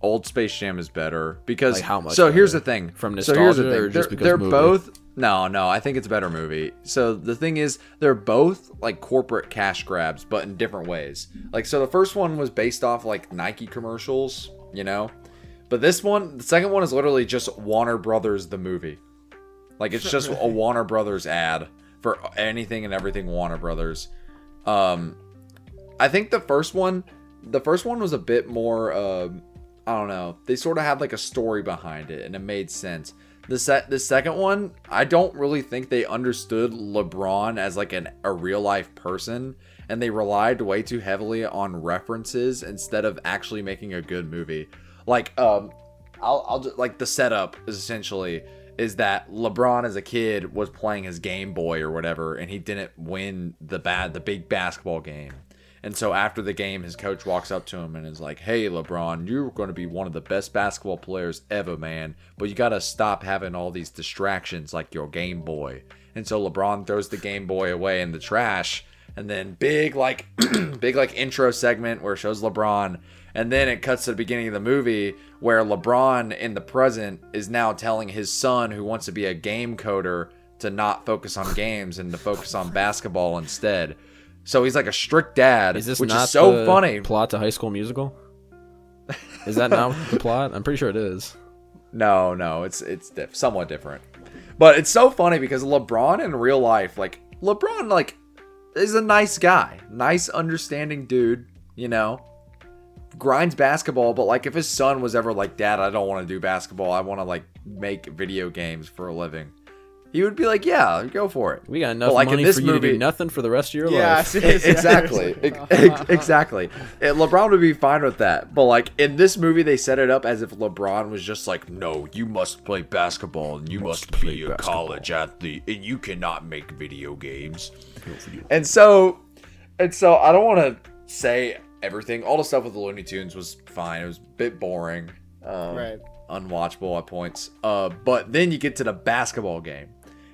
B: Old Space Jam is better because
C: Like, how much
B: So here's the
C: better?
B: thing.
C: From
B: so here's the
C: nostalgia
B: thing.
C: or just
B: they're,
C: because
B: they're
C: movie?
B: both. No, no. I think it's a better movie. So the thing is, they're both like corporate cash grabs, but in different ways. Like, so the first one was based off like Nike commercials, you know. But this one, the second one is literally just Warner Brothers the movie. Like it's just a Warner Brothers ad for anything and everything Warner Brothers. Um I think the first one the first one was a bit more um I don't know. They sort of had like a story behind it and it made sense. The set the second one, I don't really think they understood LeBron as like an a real life person and they relied way too heavily on references instead of actually making a good movie. Like um I'll I'll just like the setup is essentially is that LeBron as a kid was playing his Game Boy or whatever and he didn't win the bad the big basketball game. And so after the game, his coach walks up to him and is like, "Hey, LeBron, you're going to be one of the best basketball players ever, man. But you got to stop having all these distractions like your Game Boy." And so LeBron throws the Game Boy away in the trash, and then big like big like intro segment where it shows LeBron, and then it cuts to the beginning of the movie where LeBron in the present is now telling his son who wants to be a game coder to not focus on games and to focus on basketball instead. So he's like a strict dad,
C: Is this
B: which
C: not
B: is so
C: the
B: funny.
C: plot to High School Musical? Is that not the plot? I'm pretty sure it is.
B: No, no, it's it's diff- somewhat different, but it's so funny because LeBron in real life, like LeBron, like is a nice guy, nice, understanding dude. You know, grinds basketball, but like if his son was ever like, "Dad, I don't want to do basketball. I want to like make video games for a living," he would be like, "Yeah, go for it."
C: We got enough
B: But, like, in
C: money
B: this
C: for you to
B: movie-
C: do nothing for the rest of your
A: Yeah,
C: life.
A: seriously.
B: E-, exactly. Ex- exactly. And LeBron would be fine with that. But like in this movie they set it up as if LeBron was just like, "No, you must play basketball and you must, be a college athlete and you cannot make video games." And so and so I don't want to say everything. All the stuff with the Looney Tunes was fine. It was a bit boring. Um,
A: Right.
B: unwatchable at points. Uh, but then you get to the basketball game,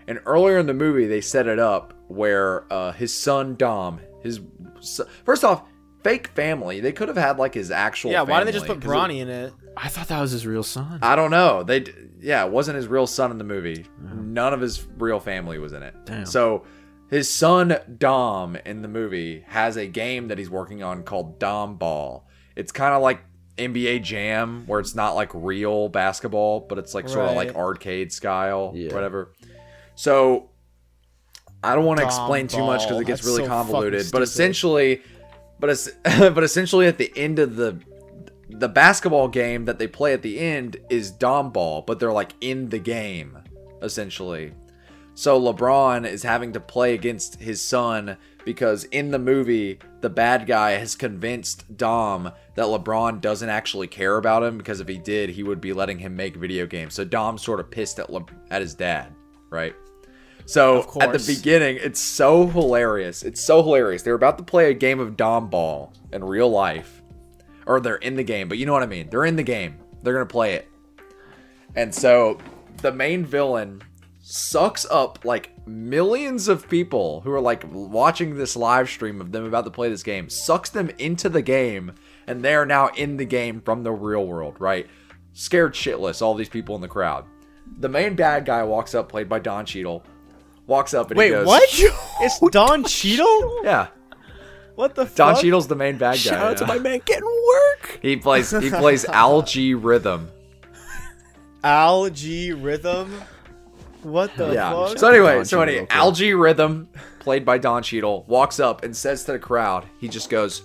B: and earlier in the movie they set it up where uh, his son Dom, his so- first off, fake family. They could have had like his actual.
A: Yeah, why did they just put
B: family, 'cause
A: Bronny
B: it-
A: in it?
C: I thought that was his real son.
B: I don't know. They d- yeah, it wasn't his real son in the movie. None of his real family was in it.
C: Damn.
B: So his son Dom in the movie has a game that he's working on called Dom Ball. It's kind of like NBA Jam where it's not like real basketball, but it's like sort of like
A: Right.
B: arcade style,
C: Yeah.
B: whatever. So I don't want to
A: Dom
B: explain too much because
A: Ball.
B: it gets
A: That's
B: really
A: so fucking
B: convoluted, but
A: stupid.
B: essentially but es- but essentially at the end of the the basketball game that they play at the end is dom ball, but they're like in the game essentially. So LeBron is having to play against his son because in the movie the bad guy has convinced Dom that LeBron doesn't actually care about him because if he did, he would be letting him make video games. So Dom's sort of pissed at Le- at his dad, right? So
A: Of
B: at the
A: course.
B: beginning, it's so hilarious. It's so hilarious. They're about to play a game of Dom Ball in real life, or they're in the game, but you know what I mean. They're in the game. They're gonna play it, and so the main villain sucks up like millions of people who are like watching this live stream of them about to play this game, sucks them into the game, and they are now in the game from the real world, right? Scared shitless, all these people in the crowd. The main bad guy walks up, played by Don Cheadle, walks up and he goes,
A: it's Don Cheadle?
B: Yeah,
A: What the
B: Don
A: fuck?
B: Cheadle's the main bad guy.
C: Shout out to
B: yeah.
C: my man getting work.
B: he plays he plays algae rhythm.
A: Algae Rhythm? What the
B: Yeah.
A: fuck?
B: So anyway,
C: Don
B: so anyway,
C: Cheadle, okay.
B: Algae Rhythm, played by Don Cheadle, walks up and says to the crowd, he just goes,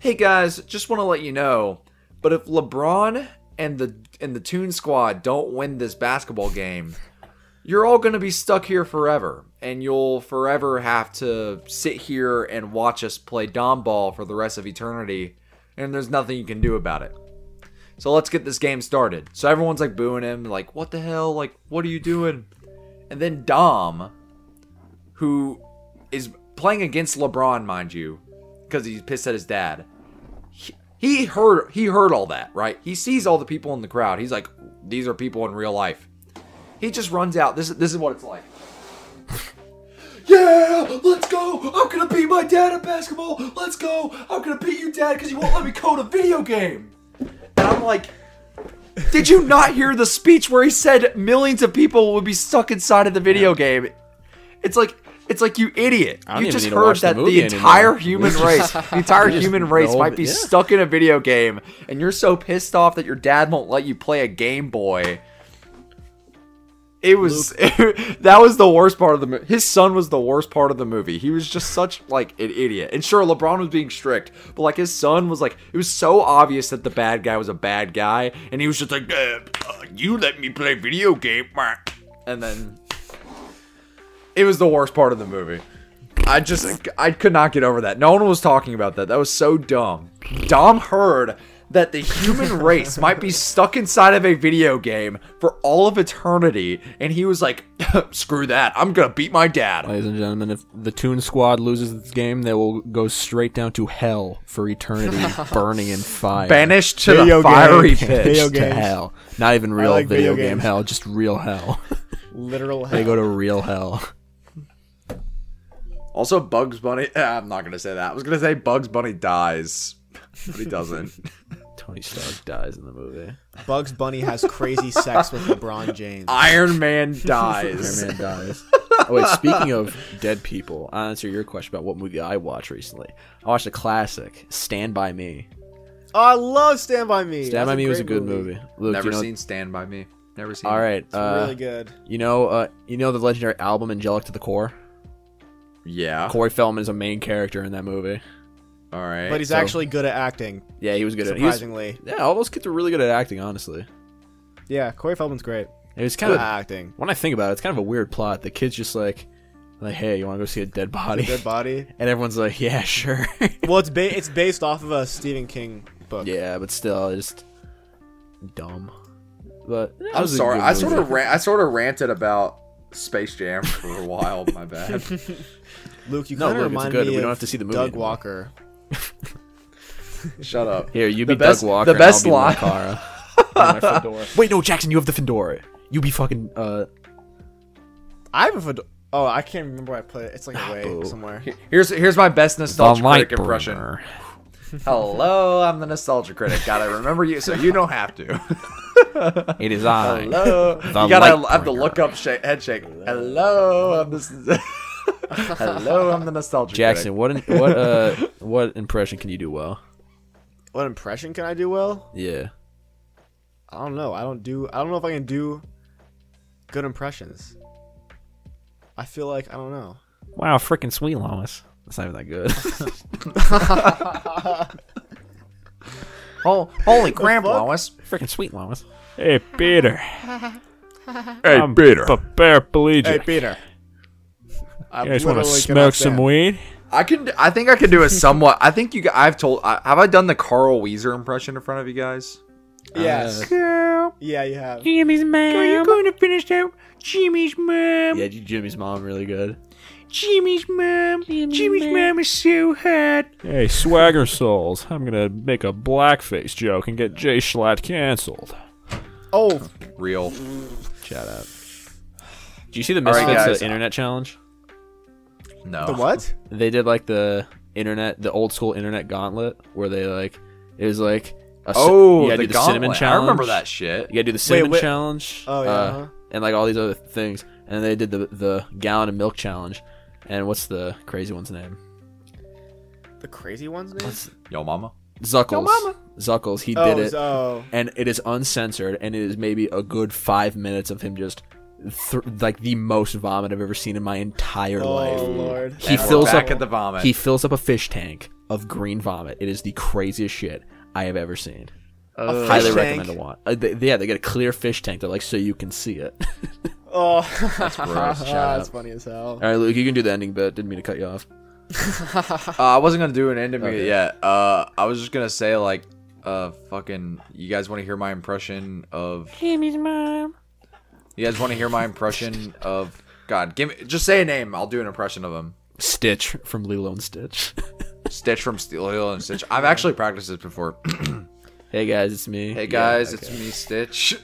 B: "Hey guys, just want to let you know, but if LeBron and the and the Toon Squad don't win this basketball game, you're all gonna be stuck here forever, and you'll forever have to sit here and watch us play Dom Ball for the rest of eternity, and there's nothing you can do about it." So let's get this game started. So everyone's like booing him, like, what the hell? Like, what are you doing? And then Dom, who is playing against LeBron, mind you, because he's pissed at his dad. He, he heard he heard all that, right? He sees all the people in the crowd. He's like, these are people in real life. He just runs out. This is this is what it's like. Yeah, let's go. I'm gonna beat my dad at basketball. Let's go. I'm gonna beat you, dad, because you won't let me code a video game. And I'm like, did you not hear the speech where he said millions of people would be stuck inside of the video game? It's like it's like you idiot.
C: don't
B: You
C: even
B: just
C: need to
B: heard
C: watch the
B: that the,
C: movie
B: entire
C: anymore.
B: human
C: We just-
B: race, the entire human race
C: know
B: might
C: that-
B: be
C: yeah.
B: stuck in a video game, and you're so pissed off that your dad won't let you play a Game Boy. It was that was the worst part of the movie. His son was the worst part of the movie. He was just such like an idiot. And sure, LeBron was being strict, but like his son was like it was so obvious that the bad guy was a bad guy, and he was just like, uh, uh, "You let me play video game," meh." and then it was the worst part of the movie. I just I could not get over that. No one was talking about that. That was so dumb. Dom heard that the human race might be stuck inside of a video game for all of eternity, and he was like, "Screw that! I'm gonna beat my dad."
C: Ladies and gentlemen, if the Toon Squad loses this game, they will go straight down to hell for eternity, burning in fire.
B: Banished to
A: Video
B: the fiery
A: games.
B: pit.
A: Video
C: to
A: games.
C: hell. Not even real
A: like
C: video,
A: video
C: game
A: games.
C: hell, just real hell.
A: Literal
C: they
A: hell.
C: go to real hell.
B: Also, Bugs Bunny. ah, I'm not gonna say that. I was gonna say Bugs Bunny dies, but he doesn't.
C: Tony Stark dies in the movie.
A: Bugs Bunny has crazy sex with LeBron James.
B: Iron Man dies.
C: Iron Man dies. oh wait, speaking of dead people, I'll answer your question about what movie I watched recently. I watched a classic, Stand by Me.
A: Oh, I love Stand by Me.
C: Stand
A: That's
C: by Me was a
A: great
C: good movie. Luke,
B: Never
C: you know,
B: seen Stand by Me. Never seen.
C: All
B: it.
C: right,
A: It's
C: uh,
A: really good.
C: you know, uh, you know the legendary album "Angelic to the Core."
B: Yeah.
C: Corey Feldman is a main character in that movie.
B: All right.
A: But he's
C: so-
A: actually good at acting,
C: Yeah, he was good at. He was,
A: surprisingly.
C: yeah, all those kids are really good at acting. Honestly,
A: Yeah, Corey Feldman's great.
C: it was kind
A: Good
C: of
A: at acting.
C: when I think about it, it's kind of a weird plot. The kid's just like, like, hey, you want to go see a dead body?
A: Good body.
C: and everyone's like, yeah, sure.
A: Well, it's ba- it's based off of a Stephen King book.
C: yeah, but still, it's just dumb. But that
B: I'm
C: was a
B: sorry.
C: good
B: I sort
C: movie.
B: of ran, I sort of ranted about Space Jam for a while. My bad.
A: Luke, you
C: No,
A: kind of
C: Luke, it's
A: remind
C: good.
A: me
C: We don't
A: of
C: have to see the movie
A: Doug
C: anymore.
A: Walker.
B: Shut up.
C: Here, you
B: The
C: be
B: best-
C: Doug Walker.
B: The best
C: and I'll
B: line.
C: be Cara. Wait, no, Jackson, you have the fedora. You be fucking. Uh,
A: I have a fedora. Oh, I can't remember where I put it. It's like away
C: Oh.
A: somewhere.
B: Here's here's my best nostalgia critic
C: Lightbringer.
B: impression. Hello, I'm the nostalgia critic. Gotta remember you, so you don't have to.
E: It is I.
B: Hello, you gotta have the look up sh- head shake. Hello, I'm this. Hello, I'm the nostalgia
C: Jackson, what an, what uh what impression can you do well?
A: What impression can I do well?
C: Yeah,
A: I don't know. I don't do. I don't know if I can do good impressions. I feel like I don't know.
E: Wow, freaking sweet, Lois. That's not even that good.
B: critic. Oh, holy crap,
A: fuck?
B: Lois!
E: freaking sweet, Lois. Hey, Peter.
G: Hey,
E: I'm
G: Peter.
E: paraplegic.
A: Hey, Peter. I
E: you guys want to
A: literally cannot
E: smoke some
A: stand-
E: weed?
B: I can. I think I can do a somewhat. I think you. g- I've told. I, have I done the Carl Weezer impression in front of you guys?
A: Yes.
E: Uh,
A: yeah, you have.
E: Jimmy's man. Are you going to finish that? Jimmy's mom.
C: yeah. Jimmy's mom really good.
E: Jimmy's mom. Jimmy's mom is so hot.
G: Hey, Swagger Souls. I'm gonna make a blackface joke and get Jay Schlatt canceled.
A: Oh,
B: Real.
C: Shout out. Do you see the
B: All right,
C: Misfits uh,
B: guys.
C: internet challenge?
B: No. Oh.
A: the what?
C: They did like the internet, the old school internet gauntlet, where they like it was like a, ci-
B: Oh,
C: you gotta
B: the,
C: do the cinnamon
B: gauntlet.
C: challenge.
B: I remember that shit.
C: You gotta do the cinnamon
A: wait.
C: challenge.
A: Oh, yeah,
C: uh,
A: uh-huh.
C: and like all these other things. And they did the the gallon of milk challenge. And what's the crazy one's name?
A: The crazy one's name?
B: Yo, mama.
C: Zuckles. Zuckles. He
A: oh,
C: did it,
A: oh,
C: and it is uncensored, and it is maybe a good five minutes of him just. Th- like the most vomit I've ever seen in my entire
A: oh,
C: life.
A: Lord.
C: He
B: And we're
C: fills
B: back
C: up
B: at the vomit.
C: He fills up a fish tank of green vomit. It is the craziest shit I have ever seen.
A: A
C: Highly
A: fish
C: recommend to
A: tank.
C: watch. Uh, they, yeah, they get a clear fish tank. They're like, so you can see it.
A: Oh,
B: gross. Shut
A: that's funny as hell.
C: All right, Luke, you can do the ending bit. Didn't mean to cut you off.
B: Uh, I wasn't gonna do an ending okay. yet. Uh, I was just gonna say like, uh, fucking. You guys want to hear my impression of?
E: Jimmy's mom.
B: You guys want to hear my impression of? God, give me. Just say a name. I'll do an impression of him.
C: Stitch from Lilo and Stitch.
B: Stitch from Steel Hill and Stitch. I've actually practiced this before.
C: hey guys, it's me.
B: hey guys, it's me, Stitch.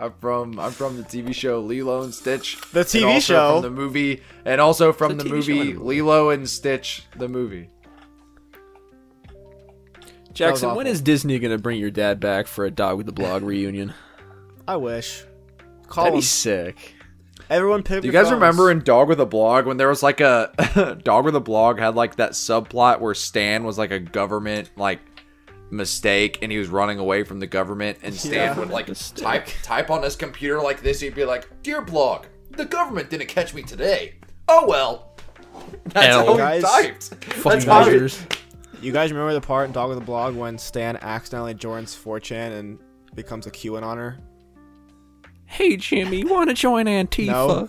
B: I'm from I'm from the TV show Lilo and Stitch.
A: The
B: and
A: TV
B: also
A: show?
B: from the movie, and also from the
C: It's a TV show
B: movie
C: and a movie.
B: Lilo and Stitch, the movie.
C: Jackson.
A: That was awful.
C: When is Disney gonna bring your dad back for a dog with the blog reunion?
A: I wish. Call
C: That'd
A: him.
C: be sick.
A: Everyone pick up
B: Do you
A: your
B: guys
A: phones.
B: remember in Dog with a Blog when there was like a Dog with a Blog had like that subplot where Stan was like a government like mistake and he was running away from the government and Stan would like type type on his computer like this he'd be like dear blog the government didn't catch me today oh well that's
C: L.
B: how he
A: Guys,
B: typed that's
C: Fucking
B: how he-
C: Dodgers.
A: You guys remember the part in Dog of the Blog when Stan accidentally joins 4chan and becomes a QAnoner?
E: Hey, Jimmy, you want to join
A: No.
E: Antifa?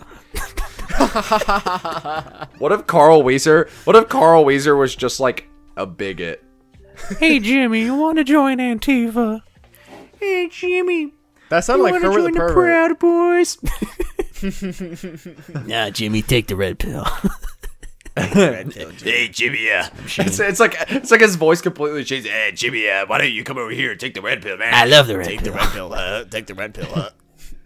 B: what if Carl Weezer what if Carl Weezer was just like a bigot
E: Hey, Jimmy, you want to join Antifa? Hey, Jimmy,
A: That sounded
E: you
A: like
E: want to
A: Kermit the
E: join the
A: Pervert.
E: Proud Boys?
C: Nah, Jimmy, take the red pill.
H: Hey, Jimmy, uh,
B: it's, it's like it's like his voice completely changed
H: hey, Jimmy, uh, why don't you come over here and take the red pill, man?
C: I love the red
H: take
C: pill.
H: the red pill, uh, take the red pill, uh.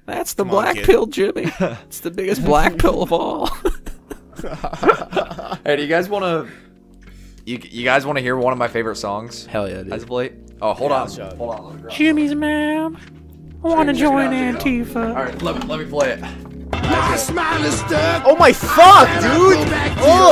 E: That's the black pill, Jimmy. It's the biggest black pill of all.
B: hey do you guys want to you, you guys want to hear one of my favorite songs
C: Hell yeah,
B: as
C: dude.
B: of late oh hold on hold on let me grab-
E: Jimmy's ma'am. I want to join Antifa.
B: All right, let me, let me play it.
A: Oh my fuck, dude! Oh!